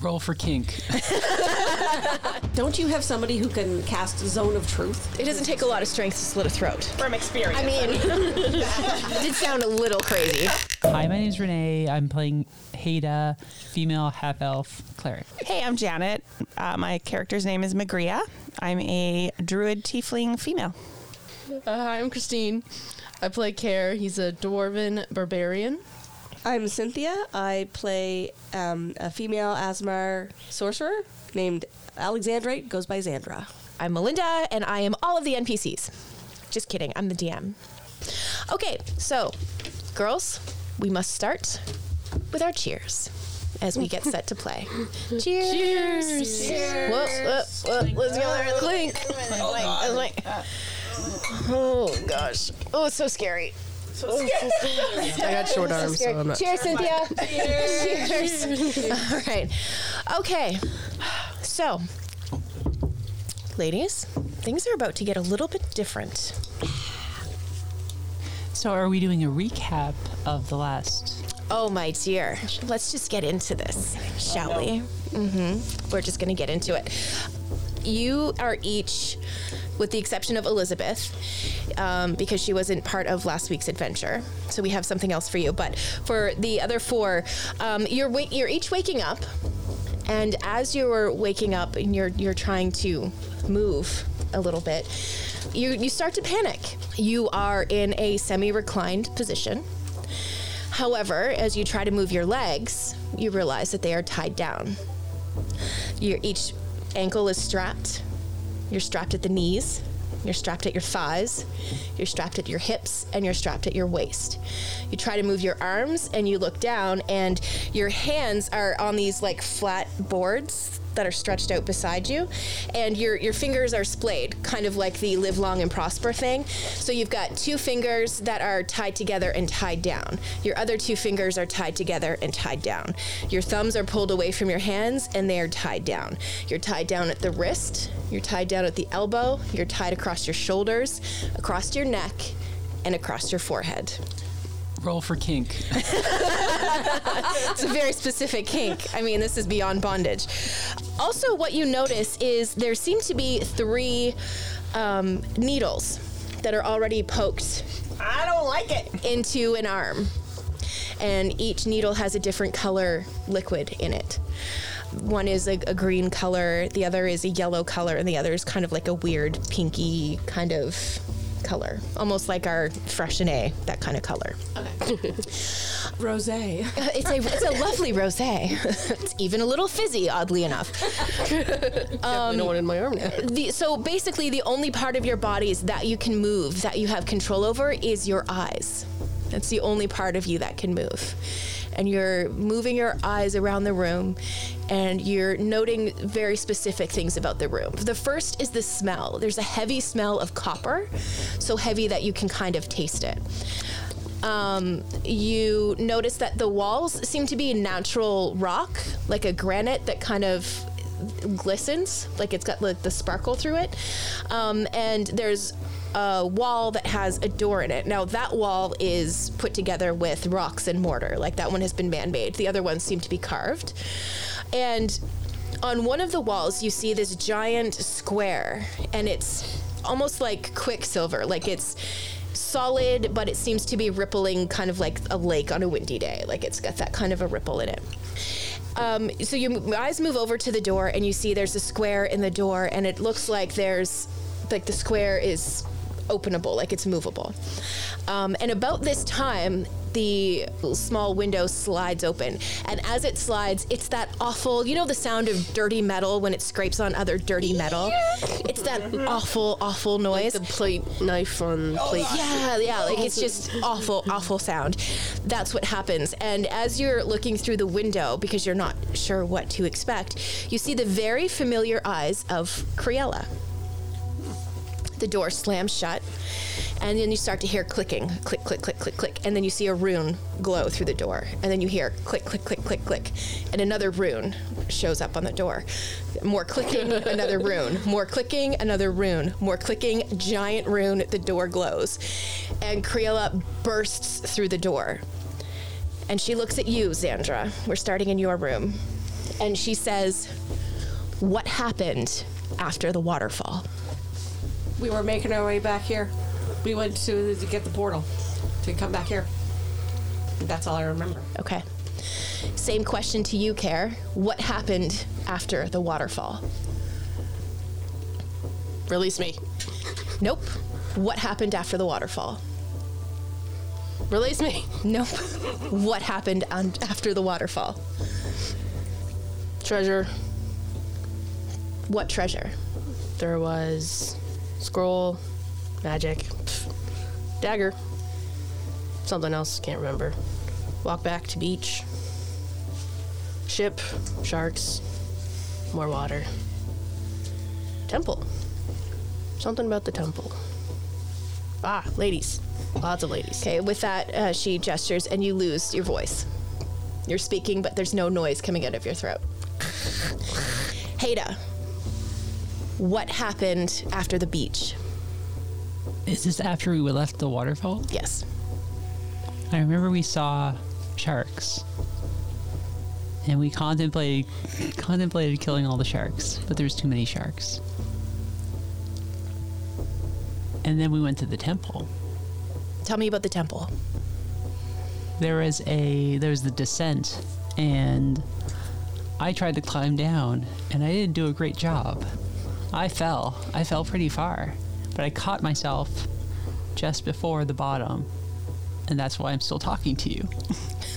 Roll for kink. Don't you have somebody who can cast Zone of Truth? It doesn't take a lot of strength to slit a throat. From experience. I mean, that did sound a little crazy. Hi, my name's Renee. I'm playing Haida, female half elf cleric. Hey, I'm Janet. Uh, my character's name is Magria. I'm a druid tiefling female. Uh, hi, I'm Christine. I play Care. He's a dwarven barbarian. I'm Cynthia. I play um, a female Asmar sorcerer named Alexandrate, goes by Xandra. I'm Melinda, and I am all of the NPCs. Just kidding, I'm the DM. Okay, so, girls, we must start with our cheers as we get set to play. cheers! Cheers! Cheers! Whoa, whoa, whoa, let's go there. Clink! Clink, clink. Oh gosh! Oh, it's so scary. I got short arms, so I'm not. Cheers, Cynthia. Cheers. All right. Okay. So, ladies, things are about to get a little bit different. So, are we doing a recap of the last? Oh my dear. Let's just get into this, shall we? Mm-hmm. We're just going to get into it. You are each, with the exception of Elizabeth, um, because she wasn't part of last week's adventure. So we have something else for you. But for the other four, um, you're wa- you're each waking up, and as you're waking up and you're you're trying to move a little bit, you you start to panic. You are in a semi-reclined position. However, as you try to move your legs, you realize that they are tied down. Your each ankle is strapped. You're strapped at the knees. You're strapped at your thighs. You're strapped at your hips, and you're strapped at your waist. You try to move your arms, and you look down, and your hands are on these like flat boards that are stretched out beside you, and your your fingers are splayed, kind of like the live long and prosper thing. So you've got two fingers that are tied together and tied down. Your other two fingers are tied together and tied down. Your thumbs are pulled away from your hands and they are tied down. You're tied down at the wrist, you're tied down at the elbow, you're tied across your shoulders, across your neck, and across your forehead. Roll for kink. It's a very specific kink. I mean, this is beyond bondage. Also, what you notice is there seem to be three um, needles that are already poked I don't like it. into an arm. And each needle has a different color liquid in it. One is a, a green color, the other is a yellow color, and the other is kind of like a weird pinky kind of color, almost like our Freshenet, that kind of color. Rose. I It's a it's a lovely rosé. it's even a little fizzy, oddly enough. I know one in my arm now. The, so basically, the only part of your body is that you can move, that you have control over, is your eyes. That's the only part of you that can move. And you're moving your eyes around the room and you're noting very specific things about the room. The first is the smell. There's a heavy smell of copper, so heavy that you can kind of taste it. Um, you notice that the walls seem to be natural rock, like a granite that kind of glistens, like it's got like the sparkle through it. Um, and there's a wall that has a door in it. Now that wall is put together with rocks and mortar. Like that one has been man-made. The other ones seem to be carved. And on one of the walls, you see this giant square, and it's almost like quicksilver. Like it's solid, but it seems to be rippling, kind of like a lake on a windy day. Like it's got that kind of a ripple in it. Um, so your eyes move over to the door, and you see there's a square in the door, and it looks like there's like the square is openable, like it's movable. Um, and about this time, the small window slides open. And as it slides, it's that awful, you know, the sound of dirty metal when it scrapes on other dirty metal? It's that awful, awful noise. The plate knife on plate. Yeah, yeah, like it's just awful, awful sound. That's what happens. And as you're looking through the window, because you're not sure what to expect, you see the very familiar eyes of Criella. The door slams shut, and then you start to hear clicking click, click, click, click, click. And then you see a rune glow through the door, and then you hear click, click, click, click, click. And another rune shows up on the door. More clicking, another rune. More clicking, another rune. More clicking, giant rune. The door glows. And Creola bursts through the door. And she looks at you, Xandra. We're starting in your room. and she says, What happened after the waterfall? We were making our way back here. We went to, to get the portal to come back here. That's all I remember. Okay. Same question to you, Care. What happened after the waterfall? Release me. Nope. What happened after the waterfall? Release me. Nope. what happened on, after the waterfall? Treasure. What treasure? There was scroll, magic, pff, dagger, something else. Can't remember. Walk back to beach. Ship, sharks, more water. Temple. Something about the temple. Ah, ladies. Lots of ladies. Okay, with that, uh, she gestures and you lose your voice. You're speaking, but there's no noise coming out of your throat. Haida, what happened after the beach? Is this after we left the waterfall? Yes. I remember we saw sharks. And we contemplated contemplated killing all the sharks, but there's too many sharks. And then we went to the temple. Tell me about the temple. There was a there was the descent and I tried to climb down and I didn't do a great job. I fell. I fell pretty far, but I caught myself just before the bottom. And that's why I'm still talking to you.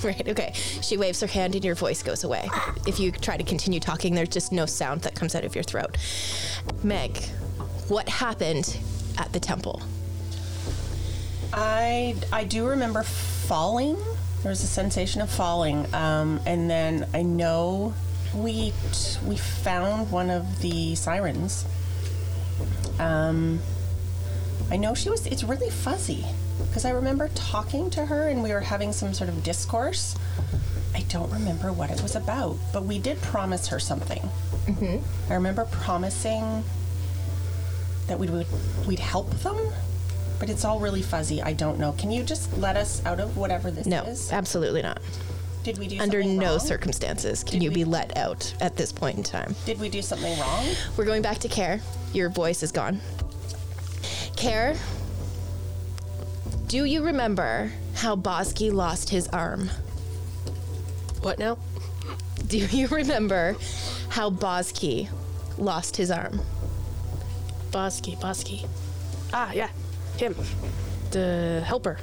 Right, okay. She waves her hand and your voice goes away. If you try to continue talking, there's just no sound that comes out of your throat. Meg, what happened at the temple? I I do remember falling. There was a sensation of falling, um, and then I know we t- we found one of the sirens. Um, I know she was. It's really fuzzy because I remember talking to her and we were having some sort of discourse. I don't remember what it was about, but we did promise her something. Mm-hmm. I remember promising that we would we'd help them, but it's all really fuzzy. I don't know. Can you just let us out of whatever this No, is? absolutely not. Did we do Under something no wrong? circumstances can Did you we- be let out at this point in time. Did we do something wrong? We're going back to Care. Your voice is gone. Care, do you remember how Bosky lost his arm? What now? Do you remember how Bosky lost his arm? Bosky, Bosky. Ah, yeah, him. The helper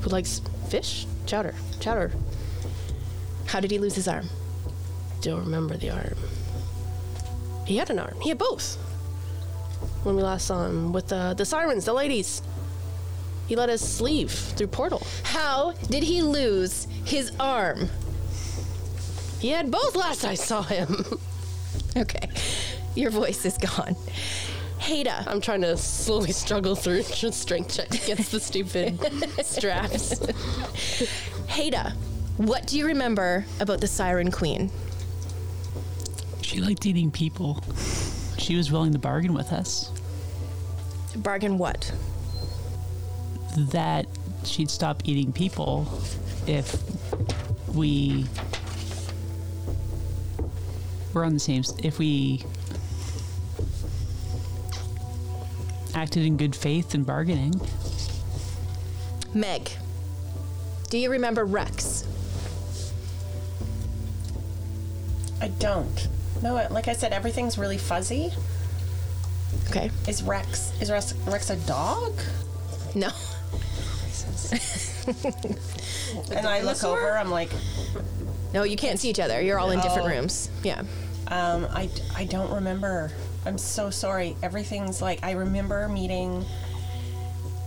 who likes fish? Chowder, chowder. How did he lose his arm? Don't remember the arm. He had an arm. He had both. When we last saw him with the, the sirens, the ladies. He let us leave through portal. How did he lose his arm? He had both last I saw him. Okay, your voice is gone. Haida, I'm trying to slowly struggle through strength check against the stupid straps. Haida, what do you remember about the Siren Queen? She liked eating people. She was willing to bargain with us Bargain what? that she'd stop eating people if we were on the same s- if we acted in good faith and bargaining. Meg, do you remember Rex? I don't. No, I- like I said, everything's really fuzzy. Okay, Is Rex is Rex, Rex a dog? no. and I look over. I'm like, No, you can't see each other. You're all in Oh. different rooms. Yeah. um, I I don't remember. I'm so sorry. Everything's like I remember meeting.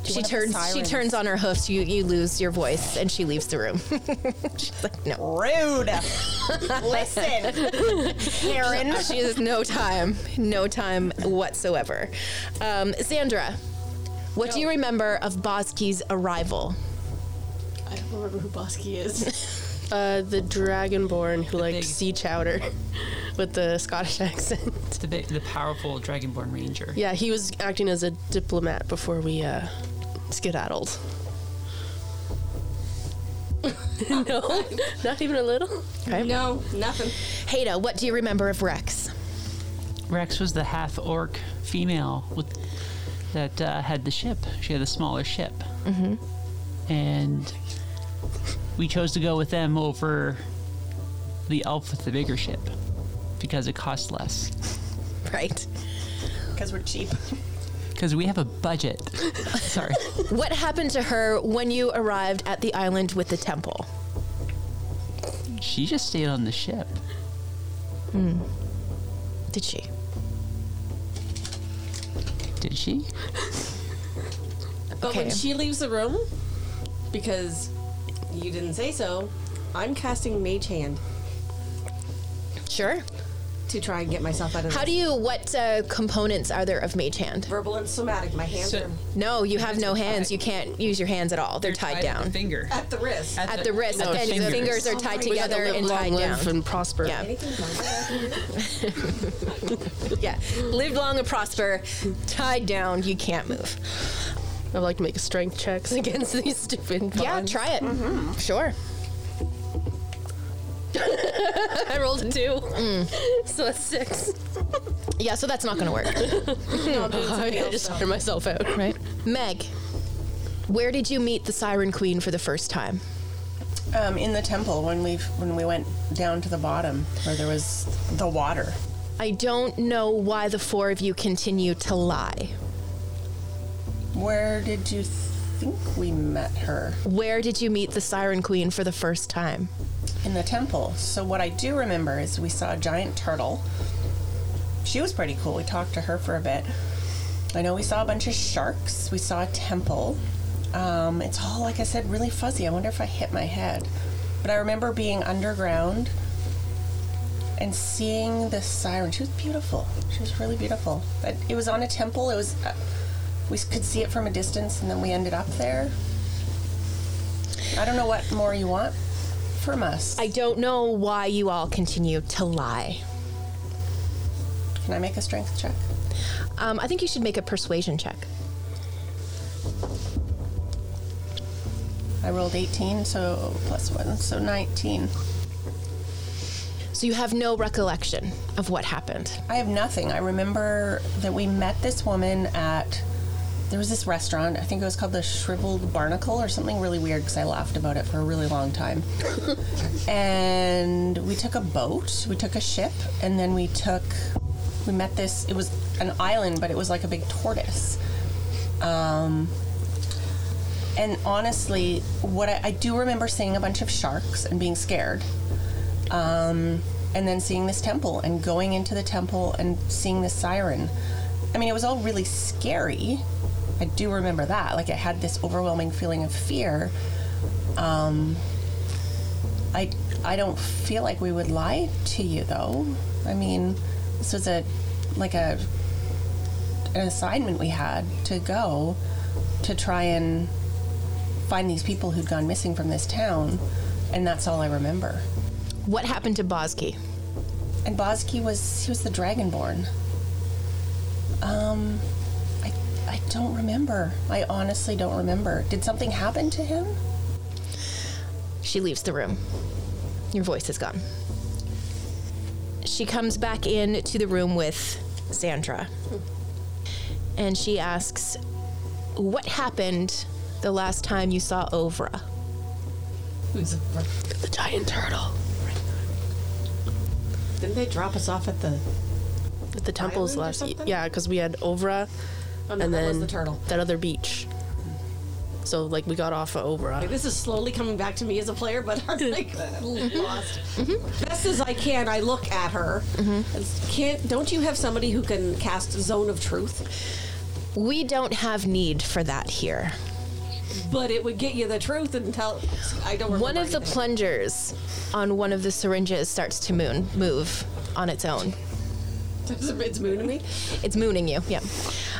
She one of the turns she sirens. turns on her hoofs, you you lose your voice and she leaves the room. She's like, no. Rude. Listen, Karen. She has no time. No time whatsoever. Um, Sandra, what do you remember of Bosky's arrival? I don't remember who Bosky is. Uh, the dragonborn who big- likes sea chowder with the Scottish accent. It's the big, the powerful dragonborn ranger. Yeah, he was acting as a diplomat before we uh, skedaddled. no, not even a little. No, nothing. Hada, what do you remember of Rex? Rex was the half orc female with that uh, had the ship. She had a smaller ship, mm-hmm. and we chose to go with them over the elf with the bigger ship because it costs less. Right. because we're cheap. Because we have a budget. Sorry. What happened to her when you arrived at the island with the temple? She just stayed on the ship. Did she? Did she? But when Okay. she leaves the room, because you didn't say so, I'm casting Mage Hand Sure. to try and get myself out of How this. do you? What uh, components are there of Mage Hand? verbal and somatic. My hands So- are No, you have no hands. You can't use your hands at all. They're tied down finger. at the wrist. at the wrist, No, and your fingers are tied together and long tied down. live and prosper. Yeah. Anything like that? yeah, live long and prosper. tied down, you can't move. I'd like to make strength checks against these stupid. Yeah, bonds. try it. Mm-hmm. Sure. I rolled a two, so that's six. Yeah, so that's not going to work. I just turned myself out. right? Meg, where did you meet the Siren Queen for the first time? Um, in the temple when we when we went down to the bottom where there was the water. I don't know why the four of you continue to lie. Where did you think we met her? Where did you meet the Siren Queen for the first time? In the temple. So what I do remember is we saw a giant turtle. She was pretty cool. We talked to her for a bit. I know we saw a bunch of sharks. We saw a temple. Um, it's all like I said, really fuzzy. I wonder if I hit my head. But I remember being underground and seeing this siren. She was beautiful. She was really beautiful. But it was on a temple. It was. Uh, we could see it from a distance, and then we ended up there. I don't know what more you want from us. I don't know why you all continue to lie. Can I make a strength check? Um, I think you should make a persuasion check. I rolled 18, so plus one, so 19. So you have no recollection of what happened. I have nothing. I remember that we met this woman at. There was this restaurant. I think it was called the Shriveled Barnacle or something really weird because I laughed about it for a really long time. and we took a boat, we took a ship, and then we took. We met this. It was an island, but it was like a big tortoise. Um, and honestly, what I, I do remember seeing a bunch of sharks and being scared um, and then seeing this temple and going into the temple and seeing the siren. I mean, it was all really scary. I do remember that. Like, I had this overwhelming feeling of fear. Um, I, I don't feel like we would lie to you, though. I mean, this was a like a an assignment we had to go to try and find these people who'd gone missing from this town, and that's all I remember. What happened to Bosky? And Bosky was he was the Dragonborn. Um, I I don't remember. I honestly don't remember. Did something happen to him? She leaves the room. Your voice is gone. She comes back in to the room with Xandra. And she asks, What happened the last time you saw Ovra? The giant turtle Didn't they drop us off at the? at the temples Island or last. something? Yeah, because we had Ovra, Oh, no, and that then was the turtle. That other beach. So like we got off of Ovra. This is slowly coming back to me as a player, but I'm like Mm-hmm. lost. Best as I can, I look at her. Mm-hmm. Can't? Don't you have somebody who can cast Zone of Truth? We don't have need for that here. But it would get you the truth and tell. I don't. Remember Mm-hmm. One of the anything. plungers on one of the syringes starts to moon move on its own. it's mooning me. It's mooning you. Yeah.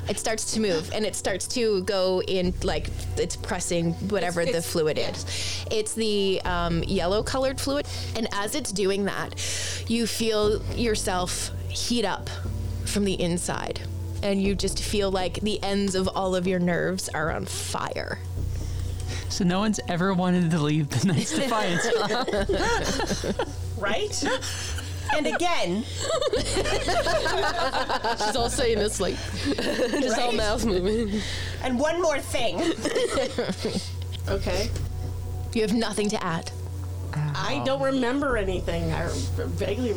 It starts to move and it starts to go in like it's pressing whatever It's- the it's- fluid is. It's the um, yellow colored fluid. And as it's doing that, you feel yourself heat up from the inside. And you just feel like the ends of all of your nerves are on fire. So no one's ever wanted to leave the Knights Defiance. Right? and again, She's all saying this like just all Right? mouth moving. and one more thing. Okay. You have nothing to add. I don't remember anything. I vaguely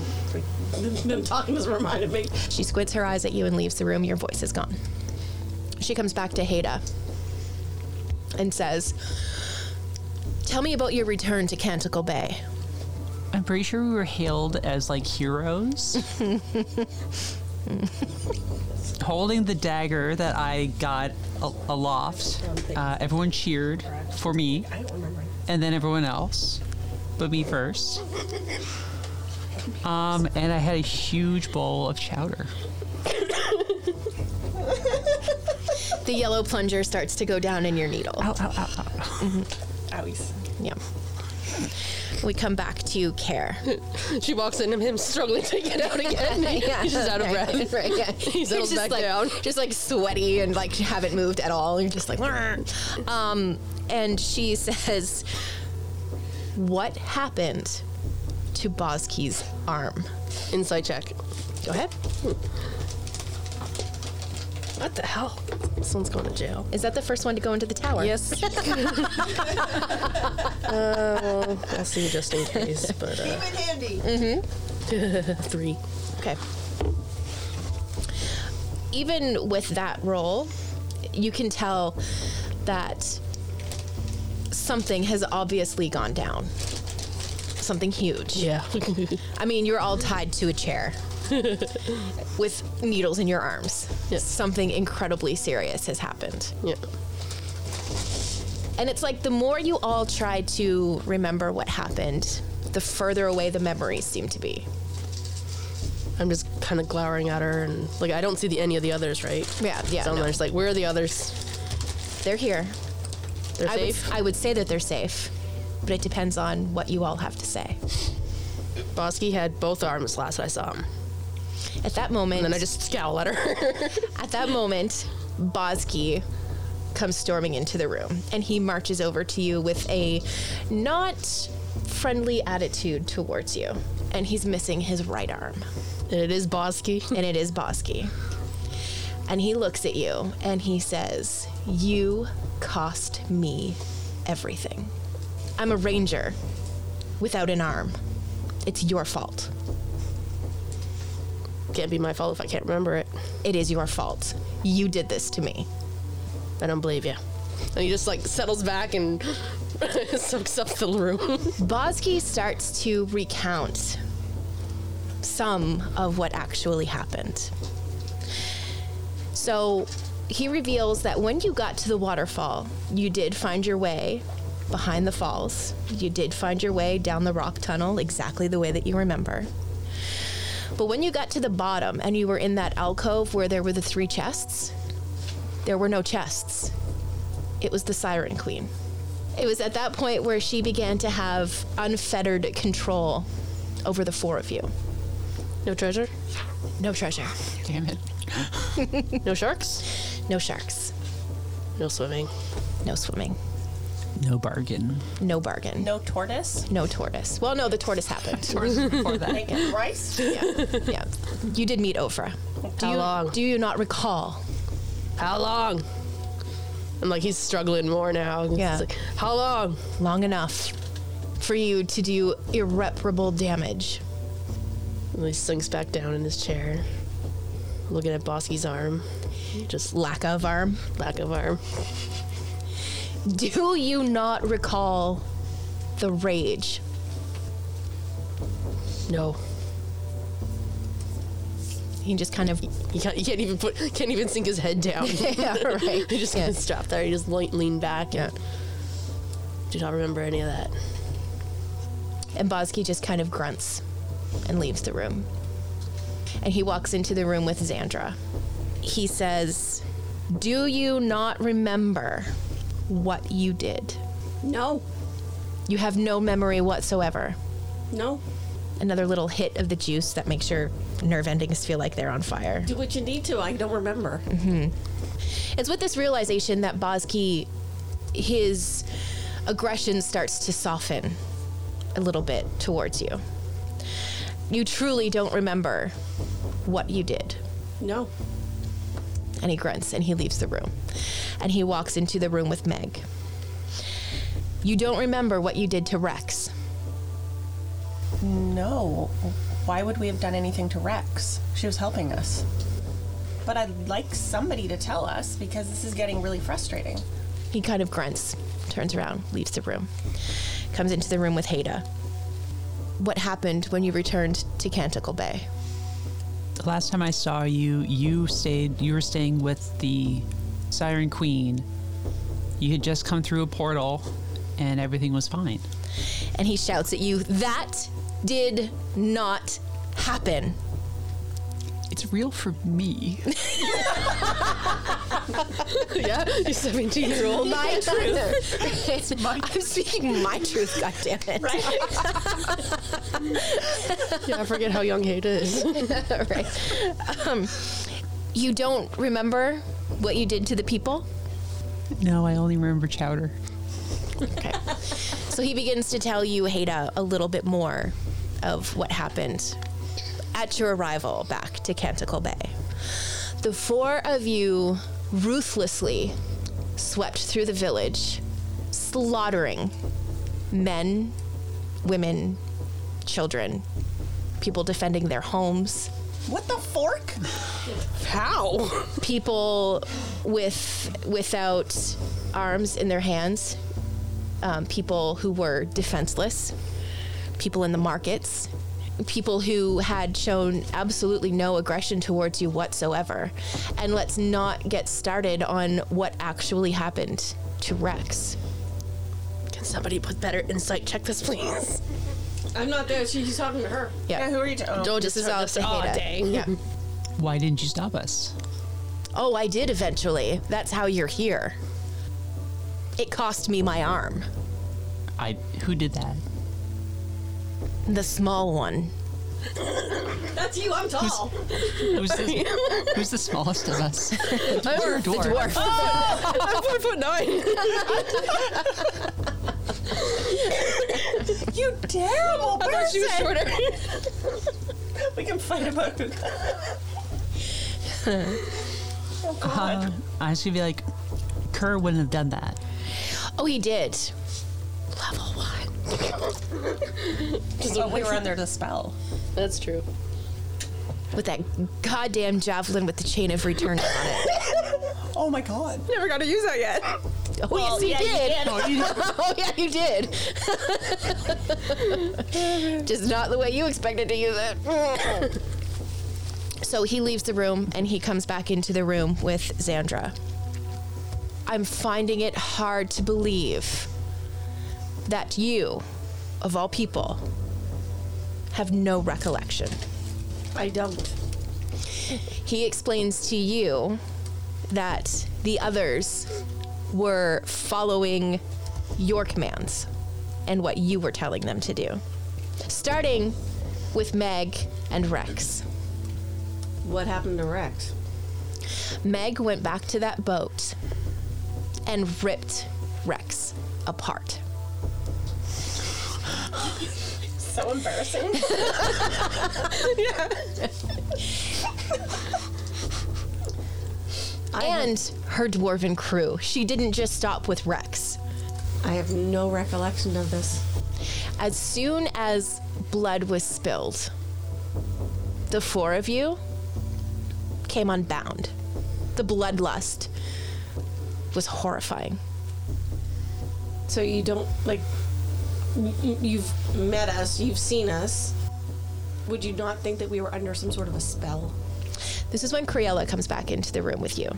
them talking just reminded me. She squids her eyes at you and leaves the room. Your voice is gone. She comes back to Haida and says, Tell me about your return to Canticle Bay. I'm pretty sure we were hailed as like heroes. Holding the dagger that I got a- aloft, uh, everyone cheered for me, and then everyone else, but me first. Um, and I had a huge bowl of chowder. The yellow plunger starts to go down in your needle. Mm-hmm. Owies. Yeah. We come back to care. She walks in and him struggling to get out again. He's just out of Right, breath. Right, yeah. He settles just back like, down. Just like sweaty and like haven't moved at all. You're just like, "Wah." um, and she says, "What happened to Bosky's arm?" Insight check. Hmm. Go ahead. What the hell? Someone's going to jail. Is that the first one to go into the tower? Yes. uh, well, I'll see just in case, but uh, handy. three. Okay. Even with that roll, you can tell that something has obviously gone down. Something huge. Yeah. I mean, you're all tied to a chair with needles in your arms. Yes. Something incredibly serious has happened. yeah. And it's like the more you all try to remember what happened, the further away the memories seem to be. I'm just kind of glowering at her and like I don't see the, any of the others, right? Yeah, yeah, So I'm no. just like, where are the others? They're here. They're I would, safe. I would say that they're safe, but it depends on what you all have to say. Bosky had both arms last I saw him, At that moment, and then I just scowl at her. At that moment, Bosky comes storming into the room and he marches over to you with a not friendly attitude towards you. And he's missing his right arm. and it is Bosky. And it is Bosky. And he looks at you and he says, You cost me everything. I'm a ranger without an arm. It's your fault. Can't be my fault if I can't remember it. It is your fault. You did this to me. I don't believe you. And he just like settles back and soaks up the room. Bosky starts to recount some of what actually happened. So he reveals that when you got to the waterfall, you did find your way behind the falls. You did find your way down the rock tunnel exactly the way that you remember. But when you got to the bottom and you were in that alcove where there were the three chests, there were no chests. It was the Siren Queen. It was at that point where she began to have unfettered control over the four of you. No treasure. No treasure, Damn it. No sharks. no sharks, No swimming. no swimming, No bargain. no bargain, no, No tortoise. tortoise. Well, no, the tortoise happened. Before that. Like rice. yeah, yeah. You did meet Ofra. Do How you, long? Do you not recall? How long? I'm like he's struggling more now. It's Yeah. like, How long? Long enough for you to do irreparable damage. And he sinks back down in his chair, looking at Bosky's arm. Just Lack of arm. lack of arm. Do you not recall the rage? No. He just kind of. He can't, he can't even put can't even sink his head down. yeah, right. he just kind of strapped there. He just lean, leaned back and do not remember any of that. And Bosky just kind of grunts and leaves the room. And he walks into the room with Xandra. He says, Do you not remember what you did? No, You have no memory whatsoever. no. Another little hit of the juice that makes your nerve endings feel like they're on fire. Do what you need to. I don't remember. It's with this realization that Bosky, his aggression starts to soften a little bit towards you. You truly don't remember what you did. No. And he grunts and he leaves the room. And he walks into the room with Meg. You don't remember what you did to Rex. No. Why would we have done anything to Rex? She was helping us. But I'd like somebody to tell us because this is getting really frustrating. He kind of grunts, turns around, leaves the room, comes into the room with Haida. What happened when you returned to Canticle Bay? The last time I saw you, you stayed. You were staying with the Siren Queen. You had just come through a portal, and everything was fine. And he shouts at you, That did not happen. It's real for me. yeah, you 17 year old. Oh, My truth. I'm speaking my truth, goddammit. Right. Yeah, I forget how young Hayda is. right. Um, you don't remember what you did to the people? No, I only remember Chowder. Okay. so he begins to tell you, Haida, a little bit more of what happened at your arrival back to Canticle Bay. The four of you ruthlessly swept through the village, slaughtering men, women, children, people defending their homes, What the fork? How? people with without arms in their hands, um, people who were defenseless, people in the markets, people who had shown absolutely no aggression towards you whatsoever. And let's not get started on what actually happened to Rex. Can somebody put better insight check this, please? I'm not there. She's talking to her. Yeah, who are you? T- oh. This is all to Oh, Heda. dang. Yeah. Why didn't you stop us? Oh, I did eventually. That's how you're here. It cost me my arm. I. Who did that? The small one. That's you. I'm tall. Who's the, who's the smallest of us? The dwarf. dwarf. Oh! I'm four foot nine. you terrible person! She was shorter. We can fight about who. Uh, I was gonna be like, Kerr wouldn't have done that. Oh, he did. But we were under the spell. That's true. With that goddamn javelin with the chain of return on it. Oh my god. Never got to use that yet. Oh, yes, he did. Oh, you, oh, yeah, you did. Just not the way you expected to use it. so he leaves the room and he comes back into the room with Xandra. I'm finding it hard to believe that you, of all people, have no recollection. I don't. he explains to you that the others were following your commands and what you were telling them to do. Starting with Meg and Rex. What happened to Rex? Meg went back to that boat and ripped Rex apart. So embarrassing. and her dwarven crew. She didn't just stop with Rex. I have no recollection of this. As soon as blood was spilled, the four of you came unbound. The bloodlust was horrifying. So you don't like. y- y- You've met us. You've seen us. Would you not think that we were under some sort of a spell? This is when Criella comes back into the room with you.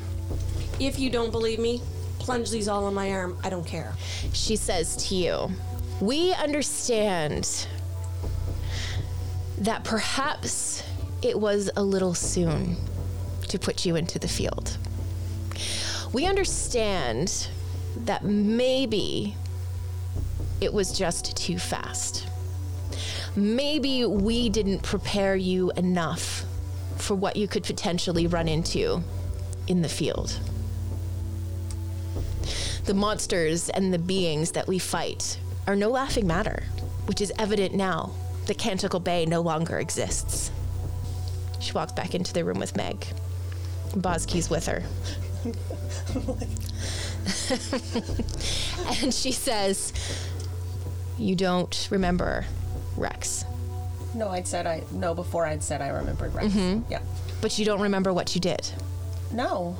If you don't believe me, plunge these all on my arm. I don't care. She says to you, We understand that perhaps it was a little soon to put you into the field. We understand that maybe it was just too fast. Maybe we didn't prepare you enough for what you could potentially run into in the field. the monsters and the beings that we fight are no laughing matter, which is evident now. The Canticle Bay no longer exists. She walks back into the room with Meg. Bosky's with her. and she says, You don't remember Rex, No, I'd said I no before I'd said I remembered Rex. Yeah. but you don't remember what you did. No.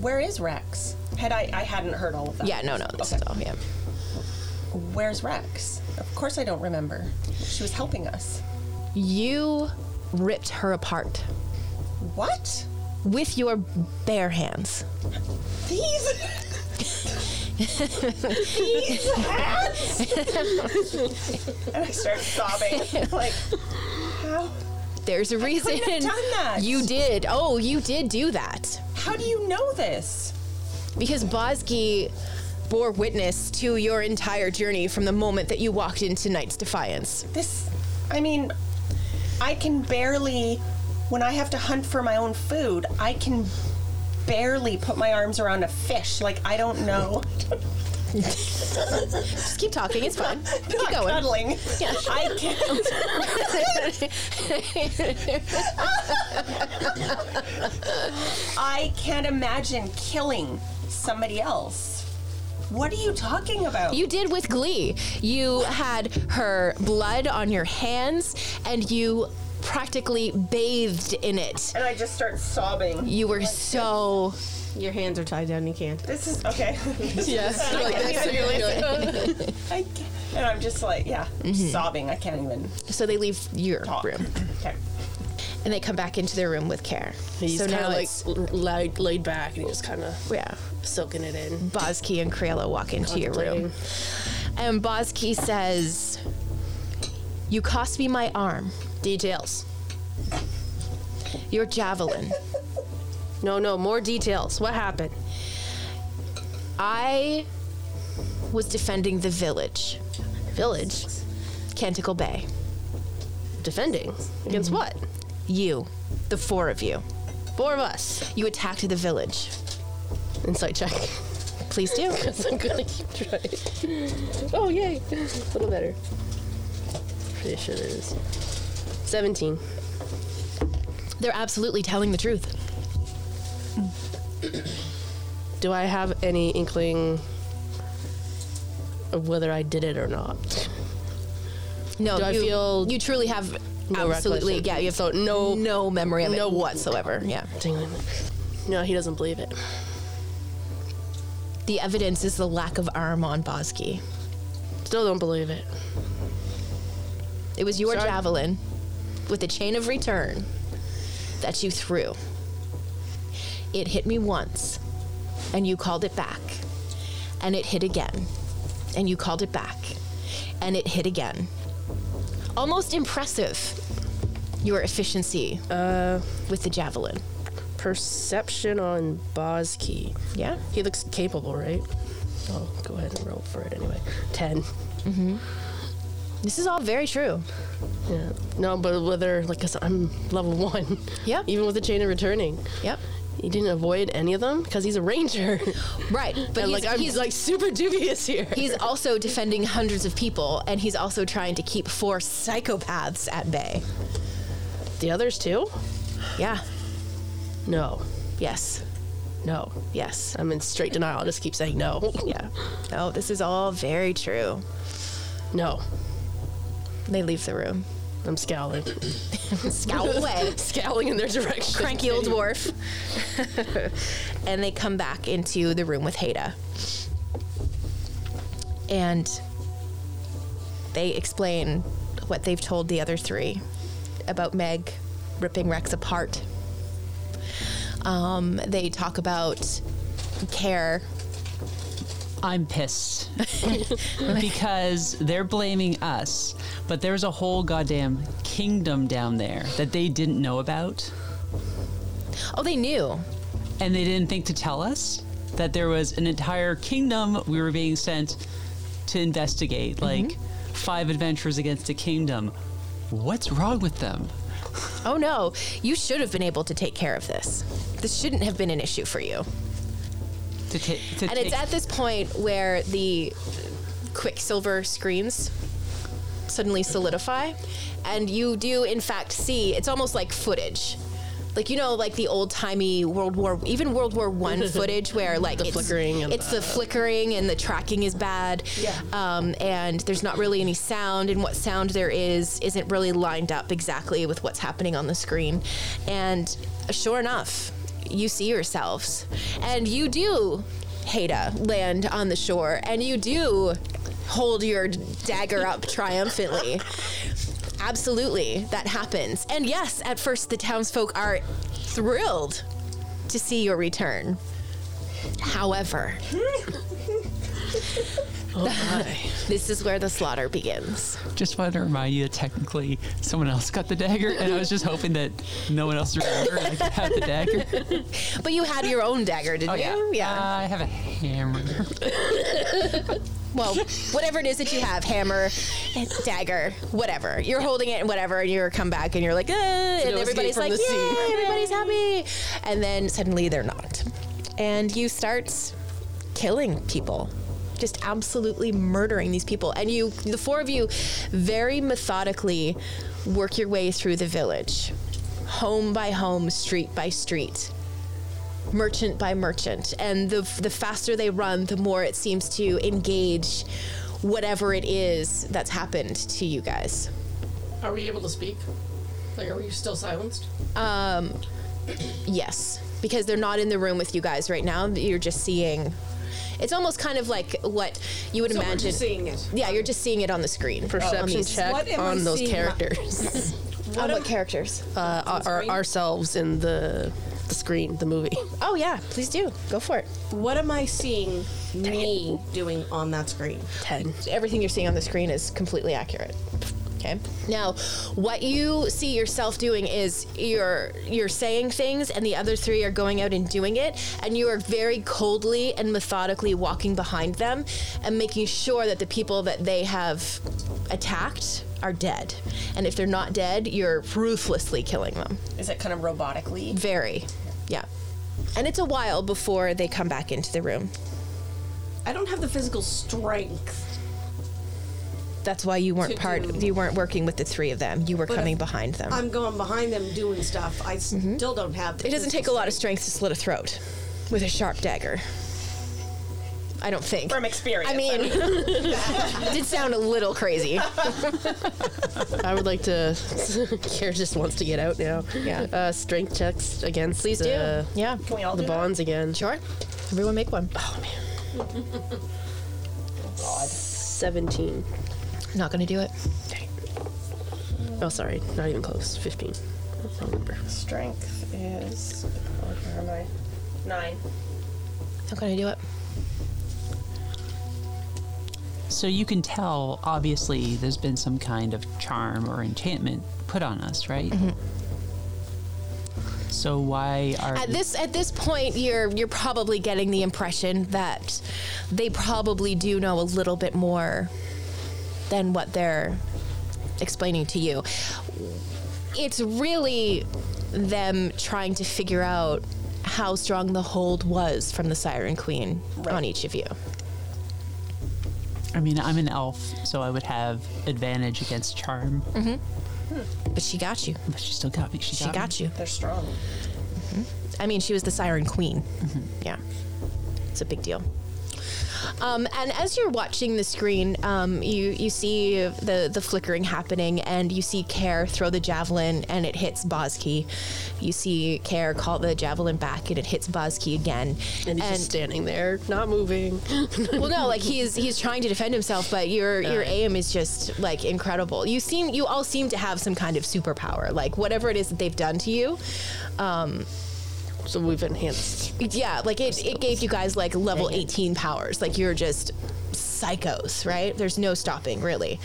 Where is Rex? Had I I hadn't heard all of that. Yeah, no, no. This is Okay. all, yeah. Where's Rex? Of course I don't remember. She was helping us. You ripped her apart What? with your bare hands. These These hats? and I start sobbing. Like, how There's a reason couldn't have done that. you did. Oh, you did do that how do you know this? because Bosky bore witness to your entire journey from the moment that you walked into Knight's Defiance. This, I mean, I can barely, when I have to hunt for my own food, I can barely put my arms around a fish. Like, I don't know. Just keep talking. It's fine. Not keep going. cuddling. I can't. I can't imagine killing somebody else. What are you talking about? You did with glee. You had her blood on your hands and you practically bathed in it. and I just start sobbing. You were so Your hands are tied down. You can't. This is okay. Yes. Like, that's it, you're like, I can't, and I'm just like, yeah, sobbing. I can't even so they leave your talk. room Okay. and they come back into their room with care. He's so kind now of like it's l- laid, laid back and just kind of yeah. soaking it in. Bosky and Creola walk into your room. And Bosky says, You cost me my arm, Details. your javelin. No, no, more details. What happened? I was defending the village. Village? Canticle Bay. Mm-hmm. Defending against what? You, the four of you. Four of us. You attacked the village. Insight check. Please do. Because I'm gonna keep trying. Oh yay! A little better. Pretty sure it is. Seventeen. They're absolutely telling the truth. Do I have any inkling of whether I did it or not? No, Do I you, feel you truly have no absolutely recollection? yeah. You have So no- no memory of it no- whatsoever. Yeah, Dang it. No, he doesn't believe it. the evidence is the lack of arm on Bosky. Still don't believe it. It was your Sorry. javelin with a chain of return that you threw. It hit me once, and you called it back. And it hit again, and you called it back. And it hit again. Almost impressive, your efficiency Uh, with the javelin. perception on Bosky. Yeah? He looks capable, right? Oh, go ahead and roll for it anyway. Ten. This is all very true. Yeah. No, but whether like 'cause I'm level one. Yeah. Even with the chain of returning, Yep. he didn't avoid any of them because he's a ranger. Right. But and he's, like I'm he's, like super dubious here. he's also defending hundreds of people, and he's also trying to keep four psychopaths at bay. the others too? Yeah. No. Yes. No. Yes. I'm in straight denial. I'll just keep saying no. Yeah. Oh, this is all very true. No. They leave the room. I'm scowling. Scowl away. scowling in their direction. Cranky old dwarf. and they come back into the room with Haida. And they explain what they've told the other three about Meg ripping Rex apart. Um, they talk about care. I'm pissed because they're blaming us, but there's a whole goddamn kingdom down there that they didn't know about, Oh, they knew. and they didn't think to tell us that there was an entire kingdom we were being sent to investigate, Mm-hmm. like five adventures against a kingdom. What's wrong with them? Oh no, you should have been able to take care of this. This shouldn't have been an issue for you. To ta- to and it's take- at this point where the quicksilver screens suddenly solidify and you do in fact see it's almost like footage like you know like the old timey world war even world war one footage where like The it's, flickering and it's the, flickering and the tracking is bad Yeah. um, and there's not really any sound and what sound there is isn't really lined up exactly with what's happening on the screen and uh, sure enough you see yourselves and you do Haida land on the shore and you do hold your dagger up triumphantly absolutely that happens and yes at first the townsfolk are thrilled to see your return however Oh this is where the slaughter begins Just wanted to remind you that technically someone else got the dagger, and I was just hoping that no one else remembered I had the dagger. But you had your own dagger, didn't Oh yeah, you? Uh, I have a hammer. well, whatever it is that you have, hammer, dagger, whatever. You're holding it and whatever, and you come back and you're like, "Ah," and no escape everybody's from like, the scene. yeah, everybody's happy. And then suddenly they're not. And you start killing people. Just absolutely murdering these people. And you, the four of you, very methodically work your way through the village, home by home, street by street merchant by merchant. And the, the faster they run, the more it seems to engage whatever it is that's happened to you guys. Are we able to speak? Like, are we still silenced? Yes, because they're not in the room with you guys right now. You're just seeing. It's almost kind of like what you would So we're imagine. just seeing it. yeah, you're just seeing it on the screen. On Perception these- check What am I on those seeing? characters. On am- what characters? uh, our, screen? ourselves in the, the screen, the movie. Oh yeah, please do. Go for it. What am I seeing me doing on that screen? Ten. everything you're seeing on the screen is completely accurate. Okay. Now, what you see yourself doing is you're you're saying things, and the other three are going out and doing it, and you are very coldly and methodically walking behind them and making sure that the people that they have attacked are dead, and if they're not dead, you're ruthlessly killing them. Is it kind of robotically? Very, yeah. And it's a while before they come back into the room. I don't have the physical strength. That's why you weren't To part. do- You weren't working with the three of them. You were if coming behind them. I'm going behind them doing stuff. I still don't have. The It doesn't take a lot of strength to slit a throat with a sharp dagger. I don't think. From experience. I mean, it did sound a little crazy. I would like to. Care just wants to get out now. Yeah. Uh, strength checks against Please the, Yeah. Can we all the do that? bonds again. Sure. Everyone make one. Oh, man. Seventeen. I'm not going to do it. Oh, sorry, not even close. Fifteen. Wrong number. Strength is. oh, Where am I? Nine. Not going to do it. So you can tell, obviously, there's been some kind of charm or enchantment put on us, right? Mm-hmm. So why are At the- this at this point, you're you're probably getting the impression that they probably do know a little bit more than what they're explaining to you. It's really them trying to figure out how strong the hold was from the Siren Queen on each of you. I mean, I'm an elf, so I would have advantage against charm, Mm-hmm. But she got you. but she still got me. She, She got you. Hmm? They're strong. I mean, she was the Siren Queen. Mm-hmm. Yeah, it's a big deal. Um, and as you're watching the screen, um, you you see the the flickering happening, and you see Care throw the javelin, and it hits Bosky. You see Care call the javelin back, and it hits Bosky again. And he's just standing there, not moving. well, no, like he's he's trying to defend himself, but your your aim is just like incredible. You seem you all seem to have some kind of superpower, like whatever it is that they've done to you. Um, So we've enhanced. yeah, like it, it gave you guys like level 18 powers. Like you're just psychos, right? There's no stopping, really.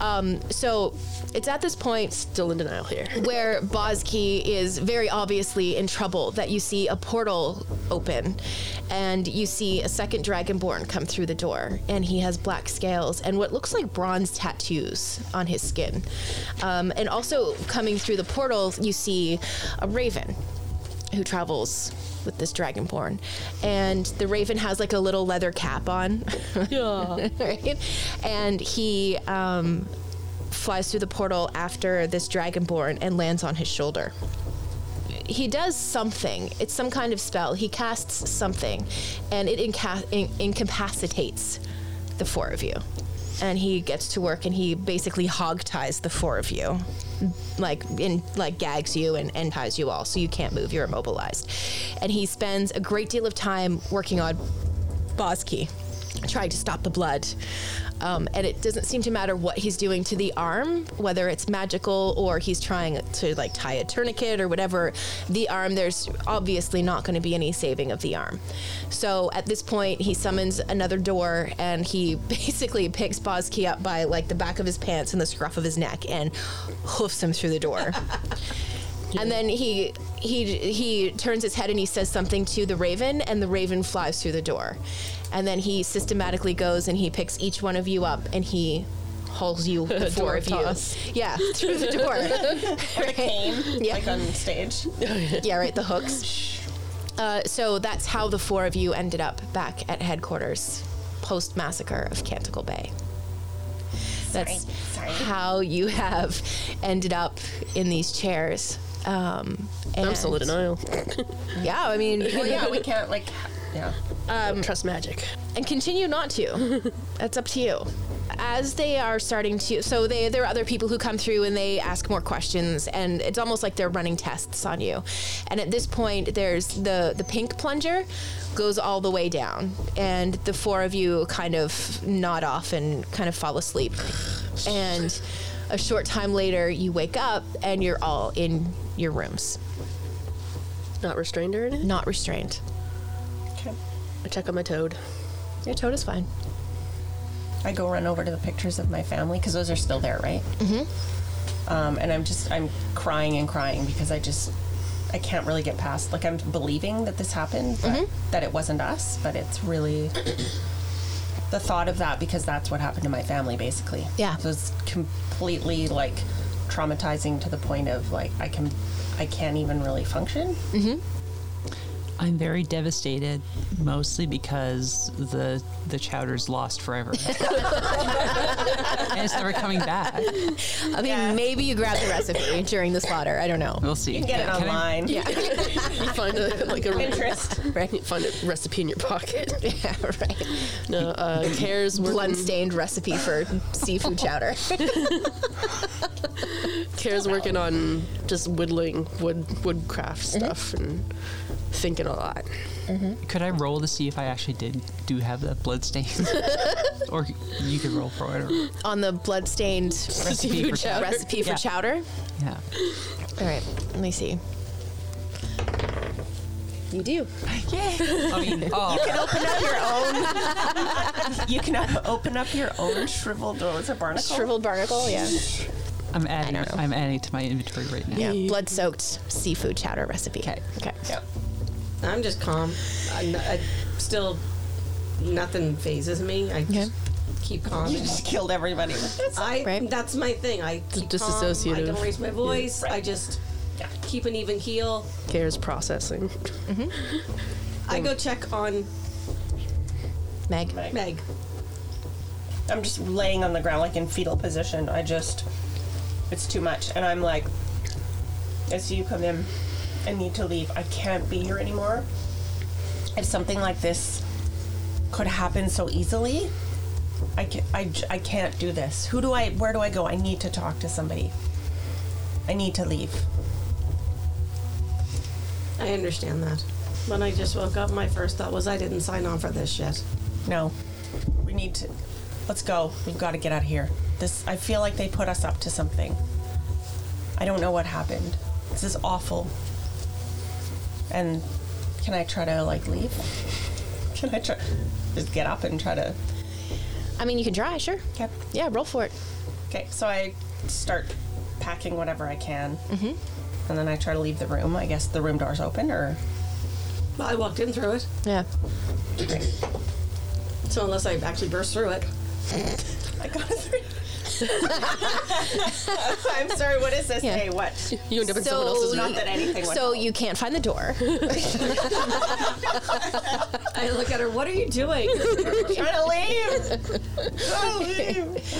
Um, so it's at this point Still in denial here. where Bozki is very obviously in trouble that you see a portal open and you see a second dragonborn come through the door and he has black scales and what looks like bronze tattoos on his skin. Um, and also coming through the portal, you see a raven who travels with this dragonborn, and the raven has like a little leather cap on, yeah, right, and he um, flies through the portal after this dragonborn and lands on his shoulder he does something. It's some kind of spell. He casts something, and it inca- in- incapacitates the four of you. And he gets to work, and he basically hog ties the four of you, like in like gags you and, and ties you all, so you can't move. You're immobilized. And he spends a great deal of time working on Bosky, trying to stop the blood. Um, and it doesn't seem to matter what he's doing to the arm, whether it's magical or he's trying to like tie a tourniquet or whatever. The arm, there's obviously not going to be any saving of the arm. So at this point, he summons another door and he basically picks Bosky up by like the back of his pants and the scruff of his neck and hoofs him through the door. And then he he he turns his head and he says something to the raven, and the raven flies through the door. And then he systematically goes and he picks each one of you up and he hauls you the four of toss. you, yeah, through the door. The cane, Yeah. like on stage. yeah, right, the hooks. Uh, so that's how the four of you ended up back at headquarters post massacre of Canticle Bay. That's sorry. how you have ended up in these chairs. Um, I'm and- still in denial. Yeah, I mean, Well, yeah, we can't like. Yeah. Um, Trust magic. and continue not to. That's up to you. As they are starting to, so they, there are other people who come through and they ask more questions, and it's almost like they're running tests on you. And at this point, there's the the pink plunger goes all the way down, and the four of you kind of nod off and kind of fall asleep. And a short time later, you wake up and you're all in your rooms, Not restrained or anything. not restrained. Okay. I check on my toad. Your toad is fine. I go run over to the pictures of my family because those are still there, right? Mm-hmm. Um, and I'm just I'm crying and crying because I just I can't really get past like I'm believing that this happened, but, that it wasn't us, but it's really the thought of that because that's what happened to my family basically. Yeah. So it's completely like traumatizing to the point of like I can I can't even really function. I'm very devastated, mostly because the the chowder's lost forever, and it's never coming back. I mean, maybe you grab the recipe during the slaughter. I don't know. We'll see. You can get it Can I- online. Yeah. You find a like a Interest. You find a recipe in your pocket. Yeah, right. No, uh, cares. Blood Working, stained recipe for seafood chowder. cares working on just whittling wood woodcraft Mm-hmm. stuff and thinking a lot. could I roll to see if I actually did do have that blood stain? or you could roll for it. Or, On the blood stained Recipe for chowder. Recipe for Yeah. chowder. yeah. All right, let me see. You do. I mean, oh, open up your own. you can op- open up your own shriveled. Oh, it's a barnacle. Shriveled barnacle, yeah. I'm adding. I don't know. I'm adding to my inventory right now. Yeah. Blood soaked seafood chowder recipe. Okay. Okay. Yep. I'm just calm. I'm not, I still nothing phases me. I just keep calm. You just killed everybody. I Right. that's my thing. I keep disassociative. Calm. I don't raise my voice. I just keep an even keel. Cares processing. I go check on Meg. Meg. I'm just laying on the ground, like in fetal position. I just, it's too much. And I'm like, as you come in, I need to leave. I can't be here anymore. If something like this could happen so easily, I, ca- I, j- I can't do this. Who do I, where do I go? I need to talk to somebody. I need to leave. I understand that. When I just woke up, my first thought was I didn't sign on for this shit. No. We need to. Let's go. We've got to get out of here. This. I feel like they put us up to something. I don't know what happened. This is awful. And can I try to like leave? Can I try? Just get up and try to. I mean, you can try, sure. Okay. Yeah, roll for it. Okay. So I start packing whatever I can. Mm-hmm. And then I try to leave the room. I guess the room door's open, or Well, I walked in through it, Yeah. so unless I actually burst through it, I got a three. I'm sorry, what is this? Yeah. Hey, what? You and different someone So- else's. Not that anything would So you can't find the door. I look at her. What are you doing? trying to leave.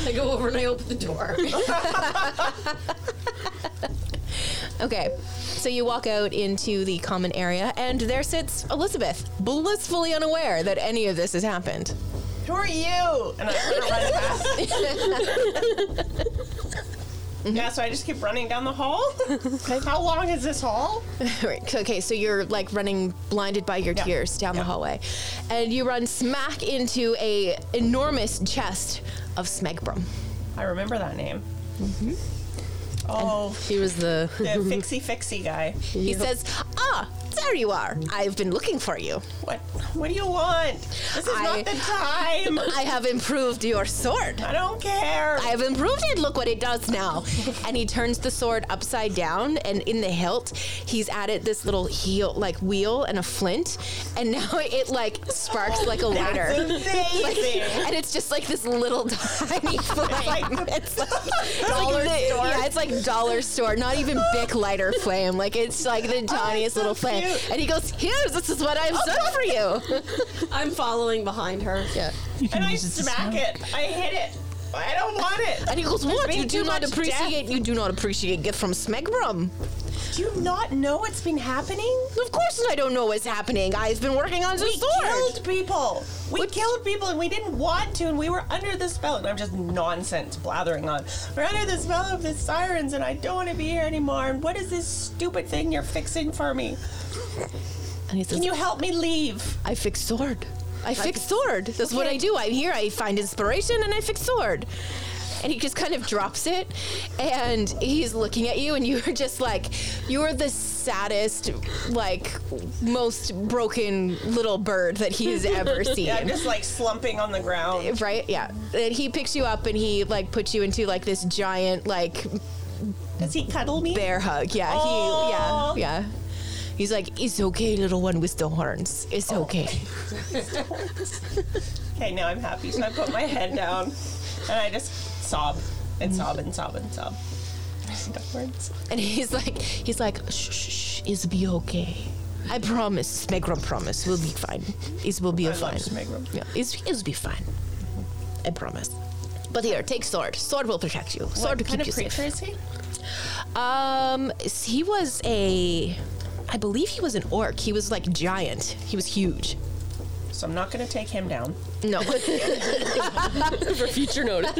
I go over and I open the door. Okay, so you walk out into the common area, and there sits Elizabeth, blissfully unaware that any of this has happened. Who are you? And I'm gonna run past. Yeah, so I just keep running down the hall. How long is this hall? Right, okay, so you're like running blinded by your Yeah. tears down the Yeah. hallway, and you run smack into a enormous chest of Smegbrum. I remember that name. Mm-hmm. Oh, He was the. the fixie fixie guy. He says, "Ah, there you are. I've been looking for you. What? What do you want? This is I- not the time. I have improved your sword." I don't care. I have improved it. Look what it does now. and he turns the sword upside down, and in the hilt, he's added this little heel, like wheel and a flint, and now it like sparks like a lighter. That's Like, amazing. and it's just like this little tiny flame. It's like, it's like dollar the- store. yeah, it's like dollar store, not even big lighter flame. Like Oh, it's Oh, like the tiniest little flame. cute. And he goes, "Here, this is what I've done for you." I'm following behind her. Yeah. You can and I use it to smack smell. it. I hit it. I don't want it. And he goes, "What? been You do too not much appreciate. You do not appreciate gift from Smegbrum." Do you not know what's been happening? Of course I don't know what's happening. I've been working on the We sword. killed people. We killed people, and we didn't want to, and we were under the spell. And I'm just nonsense blathering on. We're under the spell of the sirens, and I don't want to be here anymore. And what is this stupid thing you're fixing for me? And he says, Can you help me leave? I fix sword. I fix sword. That's what I do. I'm here. I find inspiration and I fix sword. And he just kind of drops it and he's looking at you and you're just like you're the saddest, like most broken little bird that he has ever seen. I'm just like slumping on the ground. right? Yeah. And he picks you up and he like puts you into like this giant like Does he cuddle me? bear hug. Yeah, Aw. he yeah, yeah. He's like, "It's okay, little one with the horns. It's okay." Okay, now I'm happy. So I put my head down, and I just sob and sob and sob and sob. Don't worry. And he's like, he's like, "Shh, shh, shh, it's be okay. I promise, Smegrum promise, we'll be fine. It will be I love fine. Smeagrum. Yeah, it's, it'll be fine. I promise." But here, take sword. Sword will protect you. Sword will What keep kind of you safe. creature is he? Um, s- he was a, I believe he was an orc. He was like giant. He was huge. So I'm not gonna take him down. No, For future notice.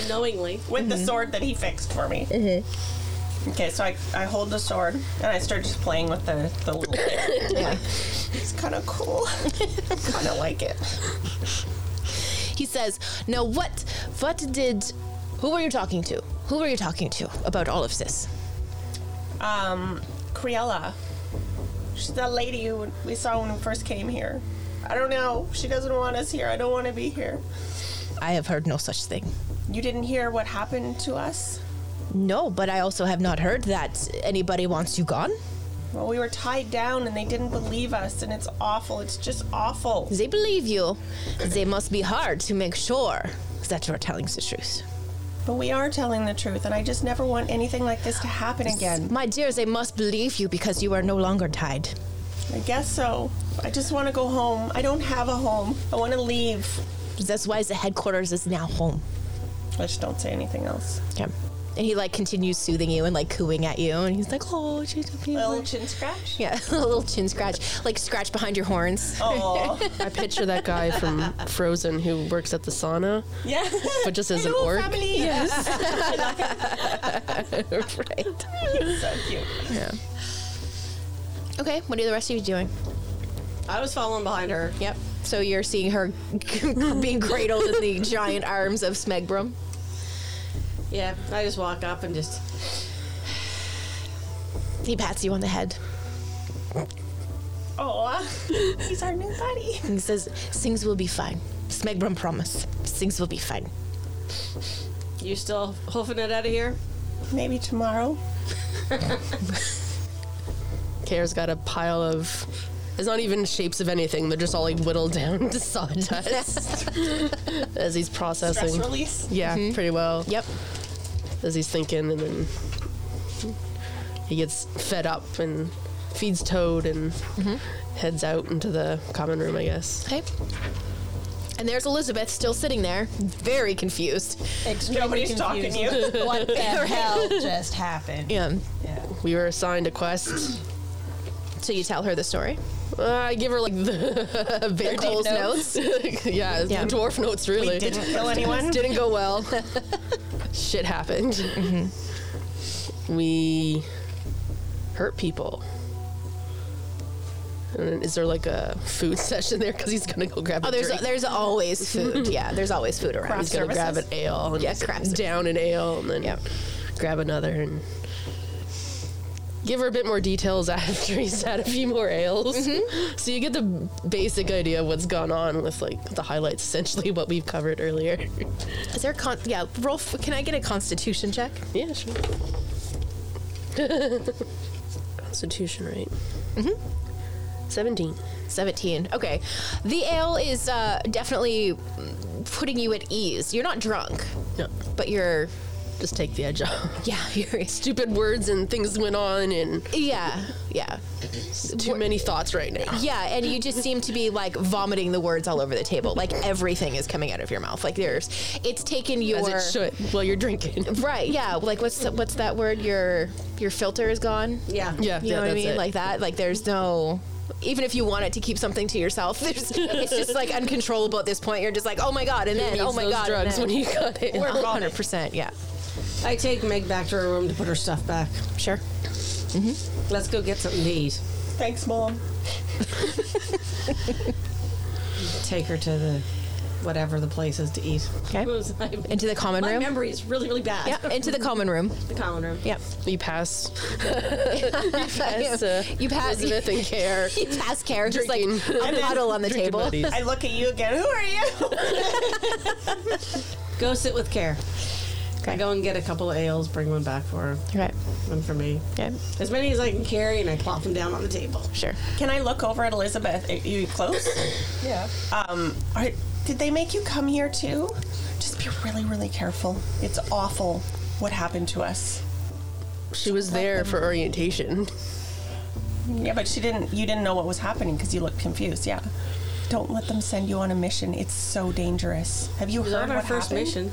Knowingly. with the sword that he fixed for me. Okay, so I, I hold the sword and I start just playing with the, the little thing. yeah. It's kind of cool. kind of like it. He says, "Now what? What did? Who were you talking to? Who were you talking to about all of this?" Um, Criella. She's that lady who we saw when we first came here. I don't know. She doesn't want us here. I don't want to be here. I have heard no such thing. You didn't hear what happened to us? No, but I also have not heard that anybody wants you gone. Well, we were tied down and they didn't believe us, and it's awful. It's just awful. They believe you. They must be hard to make sure that you're telling the truth. But we are telling the truth, and I just never want anything like this to happen again. My dear, they must believe you because you are no longer tied. I guess so. I just want to go home. I don't have a home. I want to leave. That's why the headquarters is now home. I just don't say anything else. Yeah. And he like continues soothing you and like cooing at you, and he's like, "Oh, she's Little chin scratch. yeah, a little chin scratch, like scratch behind your horns." Oh, I picture that guy from Frozen who works at the sauna, yeah. but just as an Hello, orc. family. Yes. right. so cute. Okay, what are the rest of you doing? I was following behind her. Yep. So you're seeing her being cradled in the giant arms of Smegbrum. Yeah. I just walk up and just. He pats you on the head. Oh, he's our new buddy. He says, "Things will be fine. Smegbrum promise. Things will be fine." You still hoofing it out of here? Maybe tomorrow. Kara's got a pile of It's not even shapes of anything. They're just all like whittled down to sawdust as he's processing. release. Yeah, pretty well. Mm-hmm. Yep. As he's thinking, and then he gets fed up and feeds Toad and Mm-hmm. heads out into the common room, I guess. Okay. And there's Elizabeth still sitting there, very confused. Nobody's talking to you. What the hell just happened? Yeah. We were assigned a quest. So you tell her the story. Uh, I give her like the bare Cole's notes. yeah, it's Yeah. the dwarf notes really. Didn't kill anyone. Didn't go well. Shit happened. Mm-hmm. We hurt people. And is there like a food session there? Because he's gonna go grab. Oh, a there's drink. there's always food. Yeah, there's always food around. he's gonna grab an ale. And Yeah, he's craft gonna down an ale and then grab another and give her a bit more details after he's had a few more ales. Mm-hmm. So you get the basic idea of what's gone on with like the highlights, essentially what we've covered earlier. Is there con? Yeah, Rolf. Can I get a Constitution check? yeah, sure. Constitution, right? Mm-hmm. Mm-hmm. Seventeen. 17. Okay. The ale is uh, definitely putting you at ease. You're not drunk, No, but you're. just take the edge off. Yeah, you're. Stupid words and things went on, and Yeah, yeah. too many thoughts right now. Yeah, and you just seem to be like vomiting the words all over the table. Like everything is coming out of your mouth. Like there's. It's taken your. As it should while you're drinking. Right, yeah. Like what's what's that word? Your your filter is gone. Yeah. Yeah, You yeah, know what I that's mean? it. Like that. Like there's no. Even if you wanted to keep something to yourself, there's, it's just like uncontrollable at this point. You're just like, oh my god, and then oh needs my those god, drugs and when then. you got it. We're 100%. Yeah, I take Meg back to her room to put her stuff back. sure. Mm-hmm. Let's go get something to eat. Thanks, mom. Take her to the whatever the place is to eat. Okay. Into the common My room. memory is really, really bad. yeah, into the common room. The common room. Yep. You pass. you pass. Uh, You pass. Elizabeth and Care. You pass care, just like Drinking. a puddle on the table. I look at you again. Who are you? Go sit with care. I Okay. go and get a couple of ales, bring one back for her, Right. one for me. Okay. As many as I can carry, and I plop them down on the table. Sure. Can I look over at Elizabeth? Are you close? Yeah. Um, are, did they make you come here too? Just be really, really careful. It's awful what happened to us. She was there for orientation. Yeah, but she didn't. You didn't know what was happening because you looked confused. Yeah. Don't let them send you on a mission. It's so dangerous. Have you She was heard on our what first happened? mission.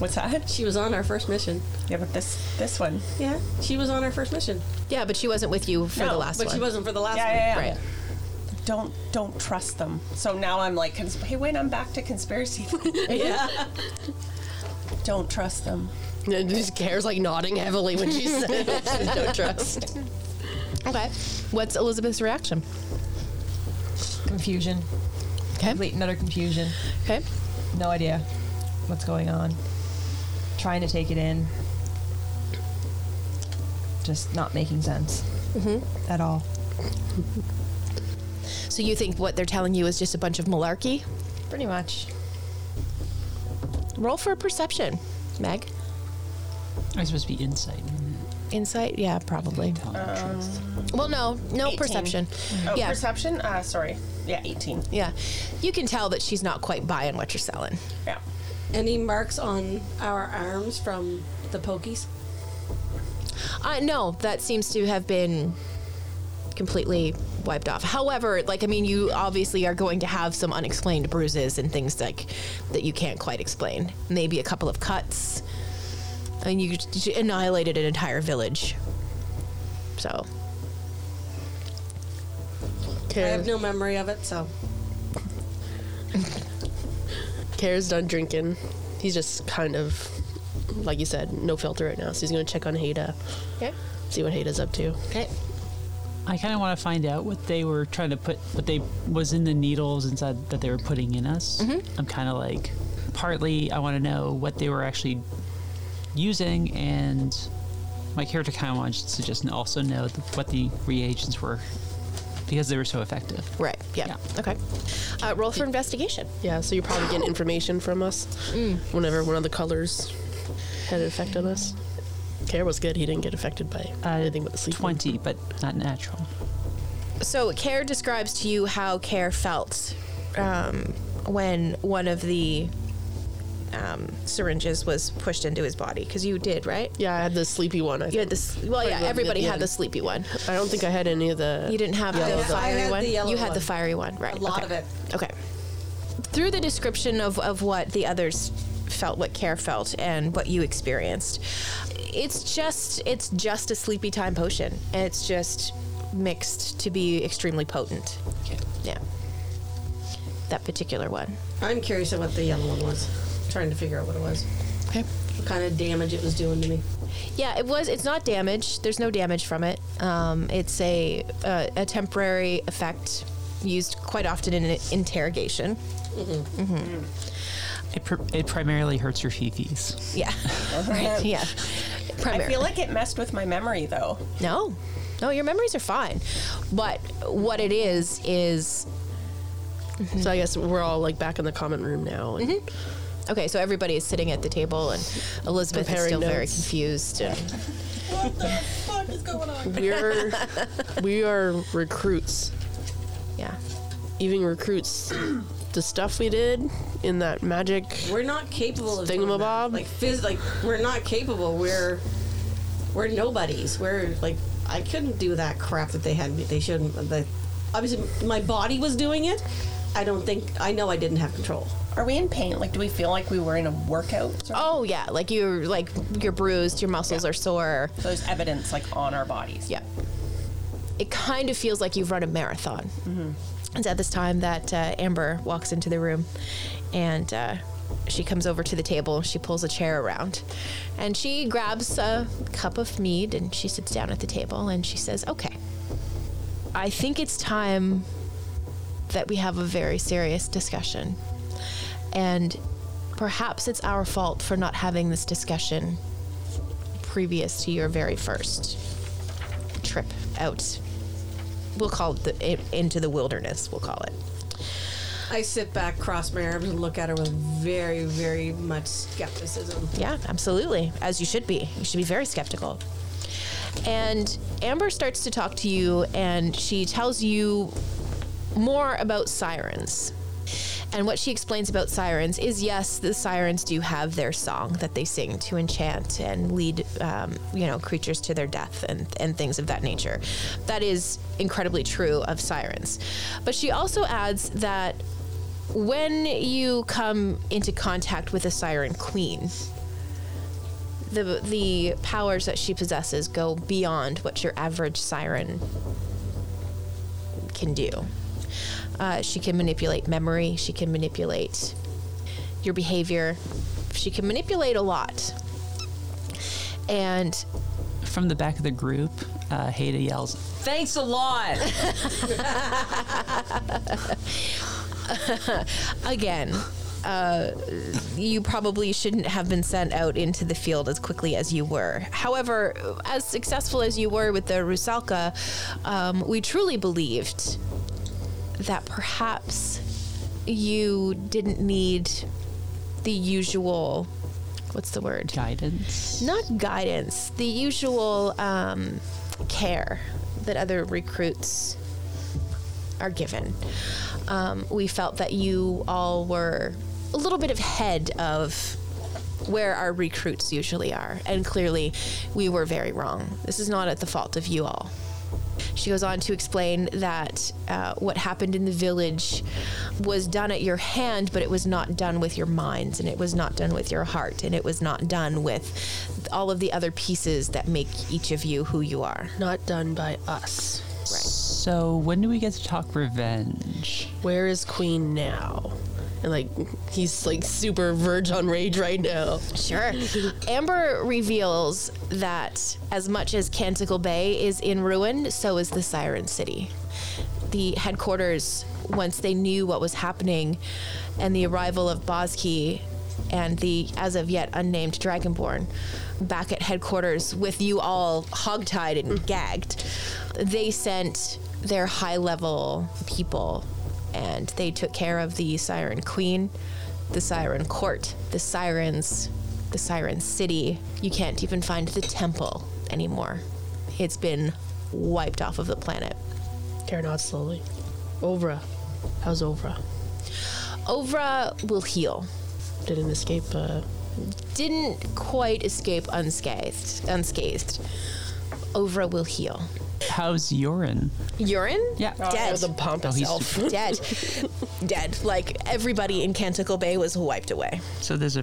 What's that? She was on our first mission. Yeah, but this this one. Yeah, she was on our first mission, Yeah, but she wasn't with you for the No, last but one. she wasn't for the last Yeah, one. yeah, yeah. Right. Don't don't trust them. So now I'm like, cons- hey, wait, I'm back to conspiracy. don't trust them. And just Care's like nodding heavily when she said it. She has no trust. Okay. What's Elizabeth's reaction? Confusion. Okay. Complete another confusion. Okay. No idea what's going on. Trying to take it in. Just not making sense mm-hmm. at all. So you think what they're telling you is just a bunch of malarkey? Pretty much. Roll for perception, Meg. I'm supposed to be insight. Insight? Yeah, probably. Telling the um, truth. Well, no, no 18. perception. Oh, yeah, perception. Uh, sorry. Yeah, 18. yeah. You can tell that she's not quite buying what you're selling. Yeah. Any marks on our arms from the pokies? Uh, no, that seems to have been completely wiped off. However, like I mean, you obviously are going to have some unexplained bruises and things like that you can't quite explain. Maybe a couple of cuts. I mean, you j- annihilated an entire village. So I Care, have no memory of it, so Care's done drinking. He's just kind of, like you said, no filter right now. So he's going to check on Haida, okay, see what Haida's up to. okay, I kind of want to find out what they were trying to put, what they was in the needles inside that they were putting in us. Mm-hmm. I'm kind of like, partly I want to know what they were actually using, and my character kind of wants to just also know the, what the reagents were because they were so effective. right, yeah, Yeah. okay. Uh, roll for investigation. Yeah, so you're probably getting Mm. information from us whenever one of the colors had an effect on us. Care was good. He didn't get affected by anything but the sleep. 20, but not natural. So, Care describes to you how Care felt um, when one of the um, syringes was pushed into his body. Because you did, right? Yeah, I had the sleepy one. I You think. had this. Well, yeah, Right, right, everybody yeah. had the sleepy one. I don't think I had any of the. You didn't have I the had- I fiery had one. the yellow you had one. the fiery one, right? A lot okay. of it. Okay. Through the description of, of what the others felt, what care felt, and what you experienced, it's just it's just a sleepy time potion. And it's just mixed to be extremely potent. Yeah. That particular one. I'm curious of what the yellow one was. trying to figure out what it was. Okay. What kind of damage it was doing to me. Yeah, it was. It's not damage. There's no damage from it. Um, it's a, uh, a a temporary effect used quite often in an interrogation. It, pr- it primarily hurts your fifis. Yeah. right. Yeah. I Primary. feel like it messed with my memory though. no. No, your memories are fine. But what it is is So I guess we're all like back in the common room now. And okay, so everybody is sitting at the table and Elizabeth is Comparing still very notes. confused. and- Mm-hmm. We're we are recruits. yeah. Even recruits. The stuff we did in that magic. We're not capable of doing that. Thingamabob? Like phys- like we're not capable. We're we're nobodies. We're like I couldn't do that crap that they had me. They shouldn't. The, obviously, my body was doing it. I don't think I know. I didn't have control. Are we in pain? Like, do we feel like we were in a workout? Or Oh yeah, like you're like you're bruised, your muscles are sore. so there's evidence like on our bodies. Yeah. It kind of feels like you've run a marathon. It's at this time that uh, Amber walks into the room and uh, she comes over to the table. She pulls a chair around and she grabs a cup of mead and she sits down at the table and she says, Okay, I think it's time that we have a very serious discussion. And perhaps it's our fault for not having this discussion previous to your very first trip out. We'll call it the, i- into the wilderness. We'll call it. I sit back, cross my arms, and look at her with very, very much skepticism. Yeah, absolutely. As you should be. You should be very skeptical. And Amber starts to talk to you, and she tells you more about sirens. And what she explains about sirens is yes, the sirens do have their song that they sing to enchant and lead, um, you know, creatures to their death and, and things of that nature. That is incredibly true of sirens. But she also adds that when you come into contact with a siren queen, the the powers that she possesses go beyond what your average siren can do. Uh, she can manipulate memory. She can manipulate your behavior. She can manipulate a lot. And From the back of the group, uh, Haida yells, Thanks a lot! again, uh, you probably shouldn't have been sent out into the field as quickly as you were. However, as successful as you were with the Rusalka, um, we truly believed that perhaps you didn't need the usual. What's the word? Guidance. not guidance, the usual um, care that other recruits are given. Um, we felt that you all were a little bit ahead of where our recruits usually are, and clearly we were very wrong. This is not at the fault of you all. She goes on to explain that uh, what happened in the village was done at your hand, but it was not done with your minds, and it was not done with your heart, and it was not done with all of the other pieces that make each of you who you are. Not done by us. So, when do we get to talk revenge? Where is Queen now? And like he's like super verge on rage right now. Sure. Amber reveals that as much as Canticle Bay is in ruin, so is the Siren City. The headquarters, once they knew what was happening and the arrival of Bosky and the as of yet unnamed Dragonborn back at headquarters with you all hogtied and gagged, they sent their high level people and they took care of the Siren Queen the siren court, the sirens, the Siren City. You can't even find the temple anymore. It's been wiped off of the planet. Tear nods slowly. Ovra. How's Ovra? Ovra will heal. Didn't escape. Uh, Didn't quite escape unscathed. Unscathed. Ovra will heal. How's urine? Urine? Yeah. Dead. the pump Oh, he's itself. dead. dead. Like everybody in Canticle Bay was wiped away. So there's a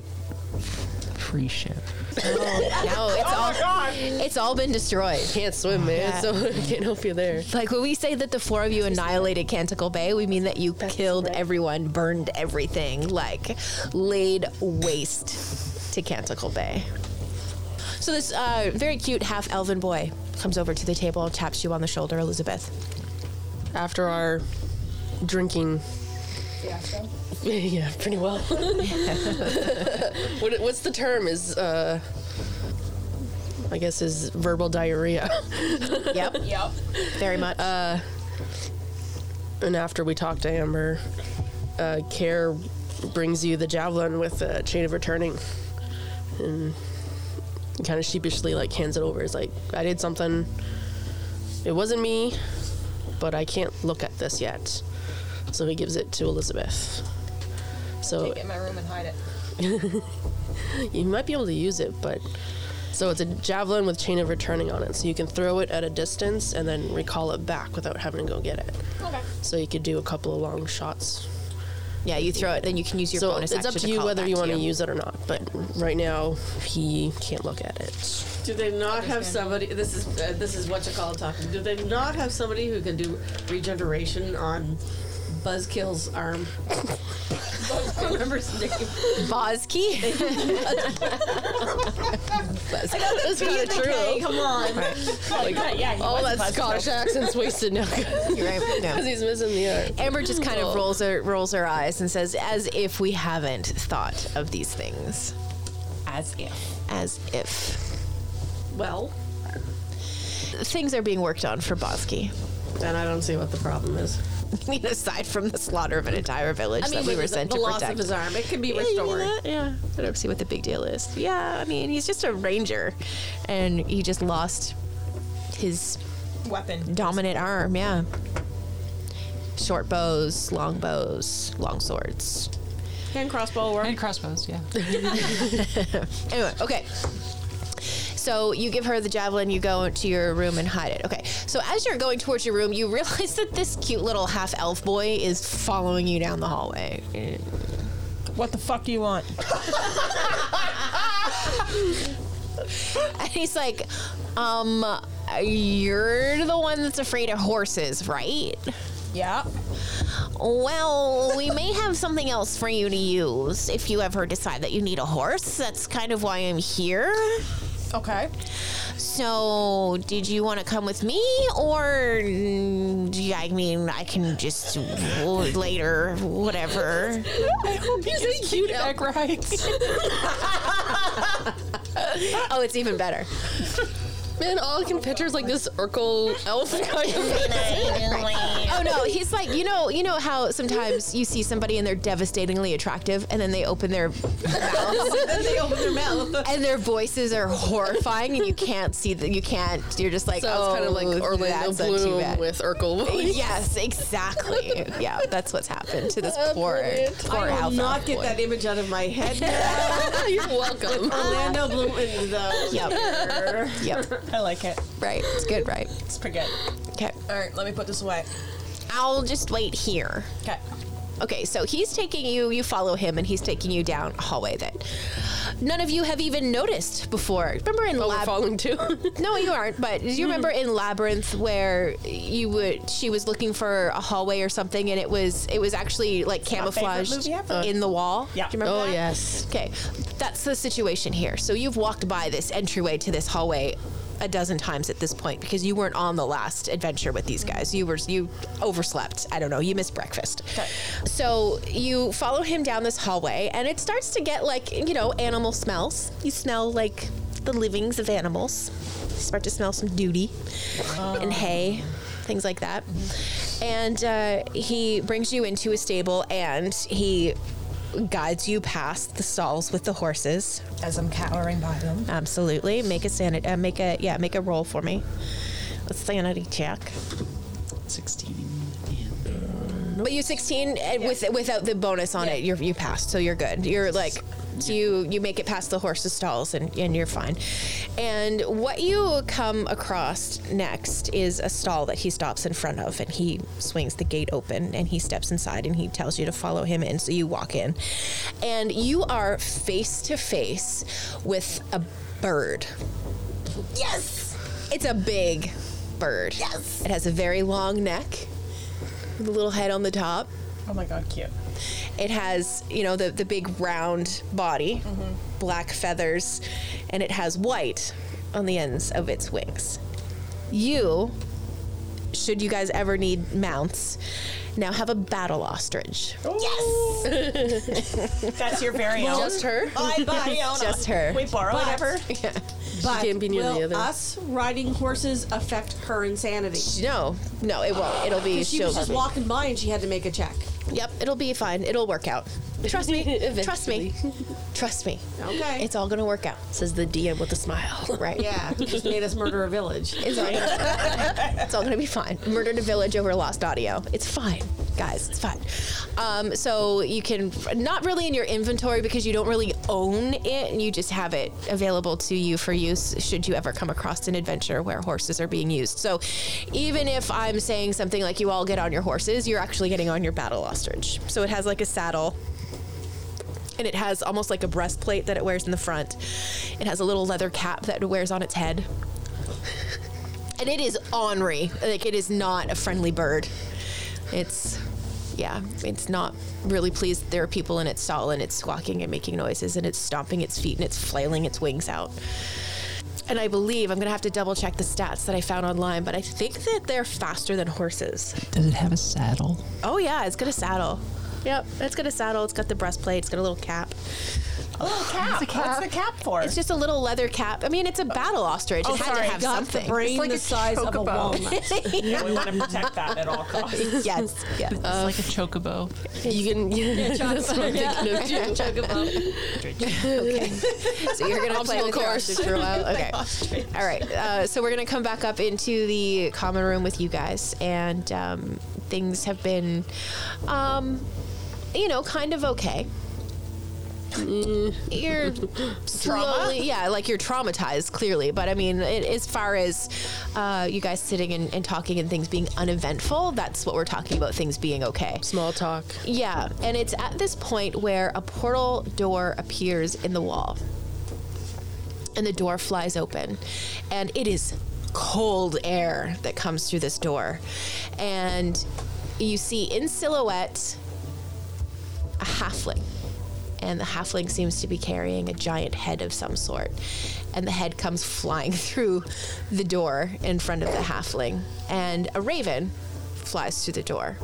free ship. No, it's all it's all been destroyed. Can't swim, man. So I can't help you there. Like when we say that the four of you annihilated Canticle Bay, we mean that you killed everyone, burned everything, like laid waste to Canticle Bay. So this uh, very cute half elven boy comes over to the table, taps you on the shoulder, Elizabeth. After our drinking. yeah, pretty well. what, what's the term? Is uh, I guess is verbal diarrhea. Yep. yep. Very much. Uh, and after we talk to Amber, uh, Care brings you the javelin with a chain of returning, and kind of sheepishly like hands it over. It's like I did something. It wasn't me, but I can't look at this yet. So he gives it to Elizabeth. So Take it in my room and hide it. you might be able to use it, but so it's a javelin with chain of returning on it. So you can throw it at a distance and then recall it back without having to go get it. Okay. So you could do a couple of long shots. yeah, you throw it, then you can use your so bonus it's up action to you call it whether back you to want to use it or not. But right now he can't look at it. Do they not have somebody? This is uh, this is what you call talking. Do they not have somebody who can do regeneration on Buzzkill's arm? I don't remember his name. Bosky. That's kind of true. Come on. Oh, All that Scottish accent's wasted now because right. No. he's missing the arm. Amber just kind of rolls her rolls her eyes and says, "As if we haven't thought of these things. As if. As if Well, things are being worked on for Bosky. then I don't see what the problem is. I mean, aside from the slaughter of an entire village I mean, that we were the, sent the to loss protect." of his arm. It can be Yeah, you know restored. that, yeah, I don't see what the big deal is. Yeah, I mean, he's just a ranger, and he just lost his Weapon. dominant arm. Yeah, short bows, long bows, long swords. Hand crossbow work. And crossbows, yeah. Anyway, okay. So you give her the javelin, you go to your room and hide it. Okay. So as you're going towards your room, you realize that this cute little half elf boy is following you down the hallway. What the fuck do you want? And he's like, um, you're the one that's afraid of horses, right? Yeah. Well, we may have something else for you to use if you ever decide that you need a horse. That's kind of why I'm here. Okay. So, did you want to come with me, or mm, do you- I mean, I can just w- later, whatever. He's cute egg rights. Oh, it's even better. Man, all I can picture is like this Urkel elf kind of Oh no, he's like you know, you know how sometimes you see somebody and they're devastatingly attractive, and then they open their mouths they open their mouth. and their voices are horrifying, and you can't see that you can't. You're just like, So oh, it's kind of like Orlando that's not too Bloom bad. with Urkel. voice. Yes, exactly. Yeah, that's what's happened to this poor, poor I will alpha not get boy. that image out of my head. now. You're welcome. Orlando Bloom and the Yep. yep. I like it. Right. It's good, right? It's pretty good. Okay. All right, let me put this away. I'll just wait here. Okay. Okay, so he's taking you, you follow him, and he's taking you down a hallway that none of you have even noticed before. Remember in Oh, we're Lab- falling too. No, you aren't, but do you Mm. remember in Labyrinth where you would she was looking for a hallway or something and it was it was actually like my favorite camouflaged movie ever. in the wall? Yeah. Do you remember Oh, that? yes. Okay. That's the situation here. So you've walked by this entryway to this hallway a dozen times at this point because you weren't on the last adventure with these guys. You were you overslept. I don't know. You missed breakfast. So you follow him down this hallway and it starts to get like, you know, animal smells. You smell like the livings of animals. You start to smell some duty and hay, things like that. And uh, he brings you into a stable and he guides you past the stalls with the horses. As I'm cowering by them. Absolutely. Make a sanity. Uh, make a yeah. Make a roll for me. A sanity check. 16. And But you 16 and with without the bonus on it, you're, you passed, so you're good. You're like you you make it past the horses stalls and, and you're fine. And what you come across next is a stall that he stops in front of and he swings the gate open and he steps inside and he tells you to follow him in so you walk in. And you are face to face with a bird. Yes. It's a big bird. Yes. It has a very long neck with a little head on the top. Oh my god, cute. It has, you know, the, the big round body, black feathers, and it has white on the ends of its wings. You, should you guys ever need mounts, now have a battle ostrich. That's your very own. Just her? I buy It's just her. we borrow But- whatever. But can't be near the will other. us riding horses affect her insanity? No, no, it won't. It'll be. She was she'll- just walking by and she had to make a check. Yep, it'll be fine. It'll work out. Trust me. Trust me. Trust me. Okay. It's all gonna work out. Says the DM with a smile. Right. yeah, who just made us murder a village. It's all, gonna, it's all gonna be fine. Murdered a village over lost audio. It's fine, guys. It's fine. Um, so you can not really in your inventory because you don't really own it, and you just have it available to you for use should you ever come across an adventure where horses are being used. So even if I'm saying something like you all get on your horses, you're actually getting on your battle ostrich. So it has like a saddle and it has almost like a breastplate that it wears in the front. It has a little leather cap that it wears on its head. And it is ornery. Like it is not a friendly bird. It's yeah, it's not really pleased. There are people in its stall and it's squawking and making noises and it's stomping its feet and it's flailing its wings out. And I believe I'm gonna have to double check the stats that I found online, but I think that they're faster than horses. does it have a saddle? Oh yeah, it's got a saddle. Yep, it's got a saddle. It's got the breastplate. It's got a little cap. A little cap. What's the cap for? It's just a little leather cap. I mean, it's a battle ostrich. Oh, it had to have something. The brain the size of a walnut. yeah, we want to protect that at all costs. yes, yes. it's like a chocobo. You can. Yeah, that's what I'm thinking of too. so you're gonna play with your ostrich for a while. Okay. All right. Uh, so we're gonna come back up into the common room with you guys, and um, things have been, um, you know, kind of okay. You're slowly, yeah, like you're traumatized clearly, but I mean, it, as far as uh, you guys sitting and, and talking and things being uneventful, that's what we're talking about. Things being okay. Small talk. Yeah, and it's at this point where a portal door appears in the wall. And the door flies open. And it is cold air that comes through this door. And you see in silhouette a halfling. And the halfling seems to be carrying a giant head of some sort. And the head comes flying through the door in front of the halfling. And a raven flies through the door.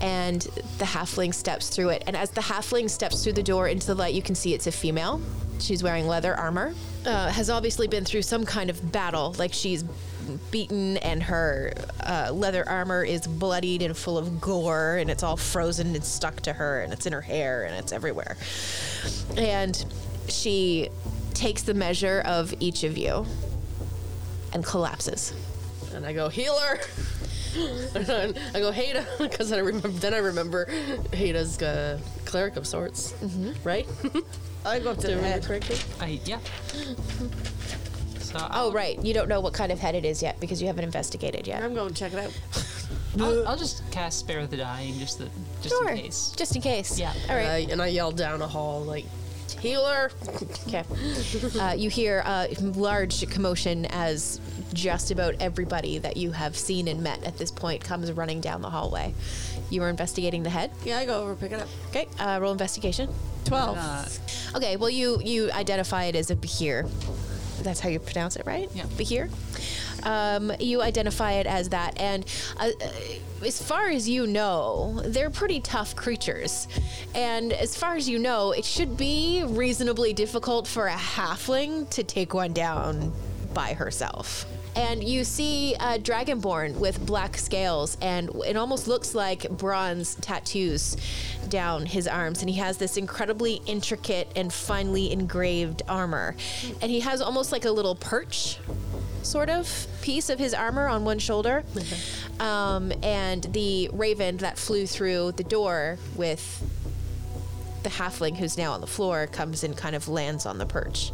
And the halfling steps through it. And as the halfling steps through the door into the light, you can see it's a female. She's wearing leather armor, uh, has obviously been through some kind of battle. Like she's beaten and her uh, leather armor is bloodied and full of gore and it's all frozen and stuck to her and it's in her hair and it's everywhere. And she takes the measure of each of you and collapses. And I go, healer. And I go Hada because I remember. Then I remember Hada's uh, cleric of sorts, right? I go up to Do Mm-hmm. I the remember head. correctly? I yeah. So Oh, right. You don't know what kind of head it is yet because you haven't investigated yet. I'm going to check it out. I'll, I'll just cast spare the dying just the just Sure. in case. Just in case. Yeah. All right. And I, and I yelled down a hall like, healer. Okay. Uh, you hear a large commotion as just about everybody that you have seen and met at this point comes running down the hallway. You are investigating the head. Yeah, I go over pick it up. Okay. Uh, roll investigation. 12. Uh, Okay. Well, you you identify it as a behir. That's how you pronounce it, right? Yeah. Behir. Um, you identify it as that, and uh, uh, as far as you know, they're pretty tough creatures. And as far as you know, it should be reasonably difficult for a halfling to take one down by herself. and you see a dragonborn with black scales, and it almost looks like bronze tattoos down his arms. And he has this incredibly intricate and finely engraved armor. And he has almost like a little perch sort of piece of his armor on one shoulder. Um, and the raven that flew through the door with the halfling who's now on the floor comes and kind of lands on the perch.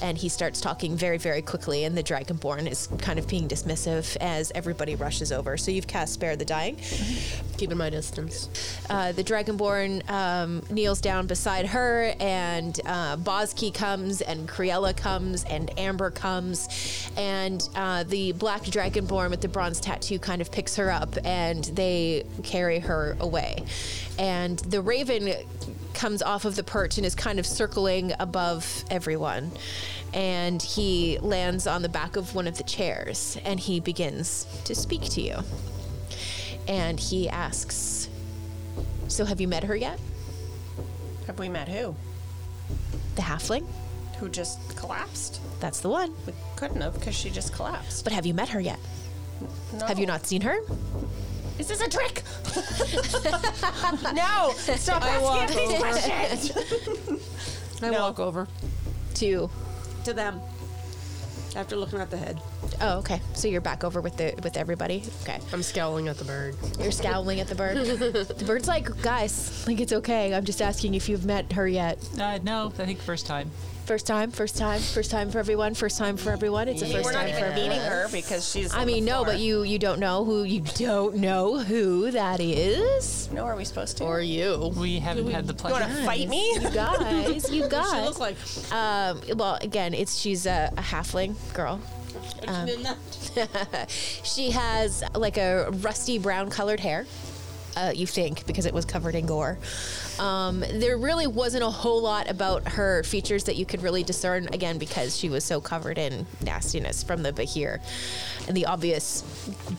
And he starts talking very, very quickly, and the dragonborn is kind of being dismissive as everybody rushes over. So you've cast Spare the Dying. Mm-hmm. Keeping my distance. Uh, the dragonborn um, kneels down beside her, and uh, Bozki comes, and Criella comes, and Amber comes, and uh, the black dragonborn with the bronze tattoo kind of picks her up, and they carry her away. And the raven comes off of the perch and is kind of circling above everyone, and he lands on the back of one of the chairs, and he begins to speak to you. And he asks, so have you met her yet? Have we met who? The halfling? Who just collapsed? That's the one. We couldn't have because she just collapsed. But have you met her yet? Have you No. not seen her? Is this a trick? no! Stop I walk asking me over. questions! I No. walk over To to them after looking at the head. Oh, okay. So you're back over with the with everybody. Okay. I'm scowling at the bird. You're scowling at the bird. the bird's like, "Guys, like it's okay. I'm just asking if you've met her yet. Uh, no, I think first time. First time, first time, first time for everyone, first time for everyone. It's a first We're time not for even everyone." meeting her because she's. I on mean, the no, floor. but you you don't know who you don't know who that is. No, are we supposed to? Or you. We haven't had the you want pleasure. to fight me? You guys, you guys. She looks like Um, well, again, it's she's a, a halfling girl. she has like a rusty brown colored hair. Uh, you think because it was covered in gore. Um, there really wasn't a whole lot about her features that you could really discern again because she was so covered in nastiness from the Bahir and the obvious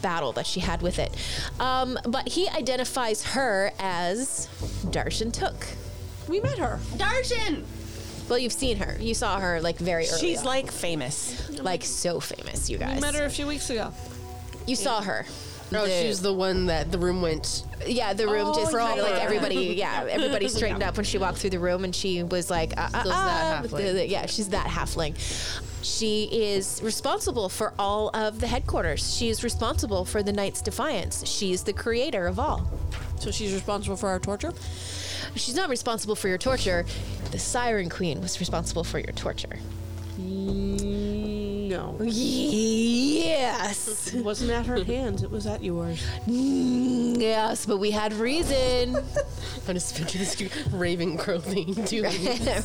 battle that she had with it. Um, but he identifies her as Darshan Took. we met her. Darshan! Well, you've seen her. You saw her like very early. She's on. like famous. like so famous, you guys. We met her a few weeks ago. You saw her. No, The- Oh, she's the one that the room went. yeah, the room Oh, just yeah. kind of like everybody, yeah, everybody straightened up when she walked through the room, and she was like, uh, uh, Still that uh, halfling. the- the- yeah, she's that halfling. She is responsible for all of the headquarters. She is responsible for the Knight's Defiance. She's the creator of all. So she's responsible for our torture. She's not responsible for your torture. The Siren Queen was responsible for your torture. No, Yes. it wasn't at her hands. It was at yours. yes, but we had reason. I just picture this raven crow thing doing.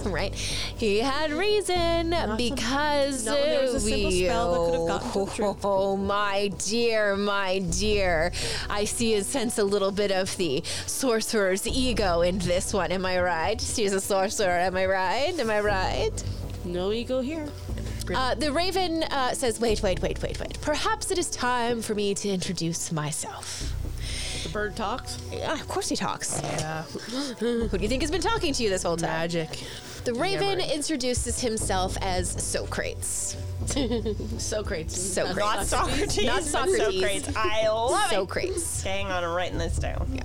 right. He had reason because not when there was a simple we- spell that could have gotten to the oh, truth. my dear, my dear. I see and sense a little bit of the sorcerer's ego in this one. Am I right? She's a sorcerer. Am I right? Am I right? No ego here. Uh, the raven uh, says, "Wait, wait, wait, wait, wait. Perhaps it is time for me to introduce myself." The bird talks. Yeah, of course he talks. Who do you think has been talking to you this whole time? Magic. The Raven introduces himself as Socrates. Socrates. Socrates. Not Socrates. Not but Socrates. Socrates. I love Socrates. it. Hang on, I'm writing this down.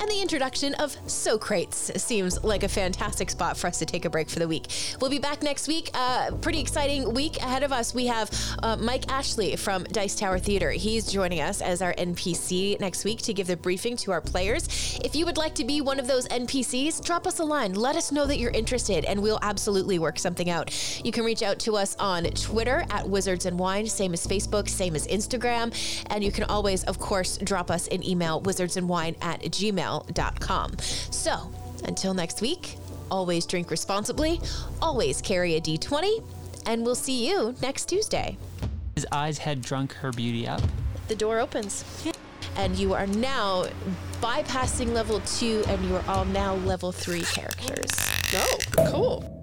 And the introduction of Socrates seems like a fantastic spot for us to take a break for the week. We'll be back next week. Uh, pretty exciting week ahead of us. We have uh, Mike Ashley from Dice Tower Theater. He's joining us as our NPC next week to give the briefing to our players. If you would like to be one of those NPCs, drop us a line. Let us know that you're interested, and we'll absolutely work something out. You can reach out to us on Twitter at Wizards and Wine, same as Facebook, same as Instagram. And you can always, of course, drop us an email, wizardsandwine at gmail.com. So until next week, always drink responsibly, always carry a d20, and we'll see you next Tuesday. His eyes had drunk her beauty up. The door opens. And you are now bypassing level two, and you are all now level three characters. Oh, cool.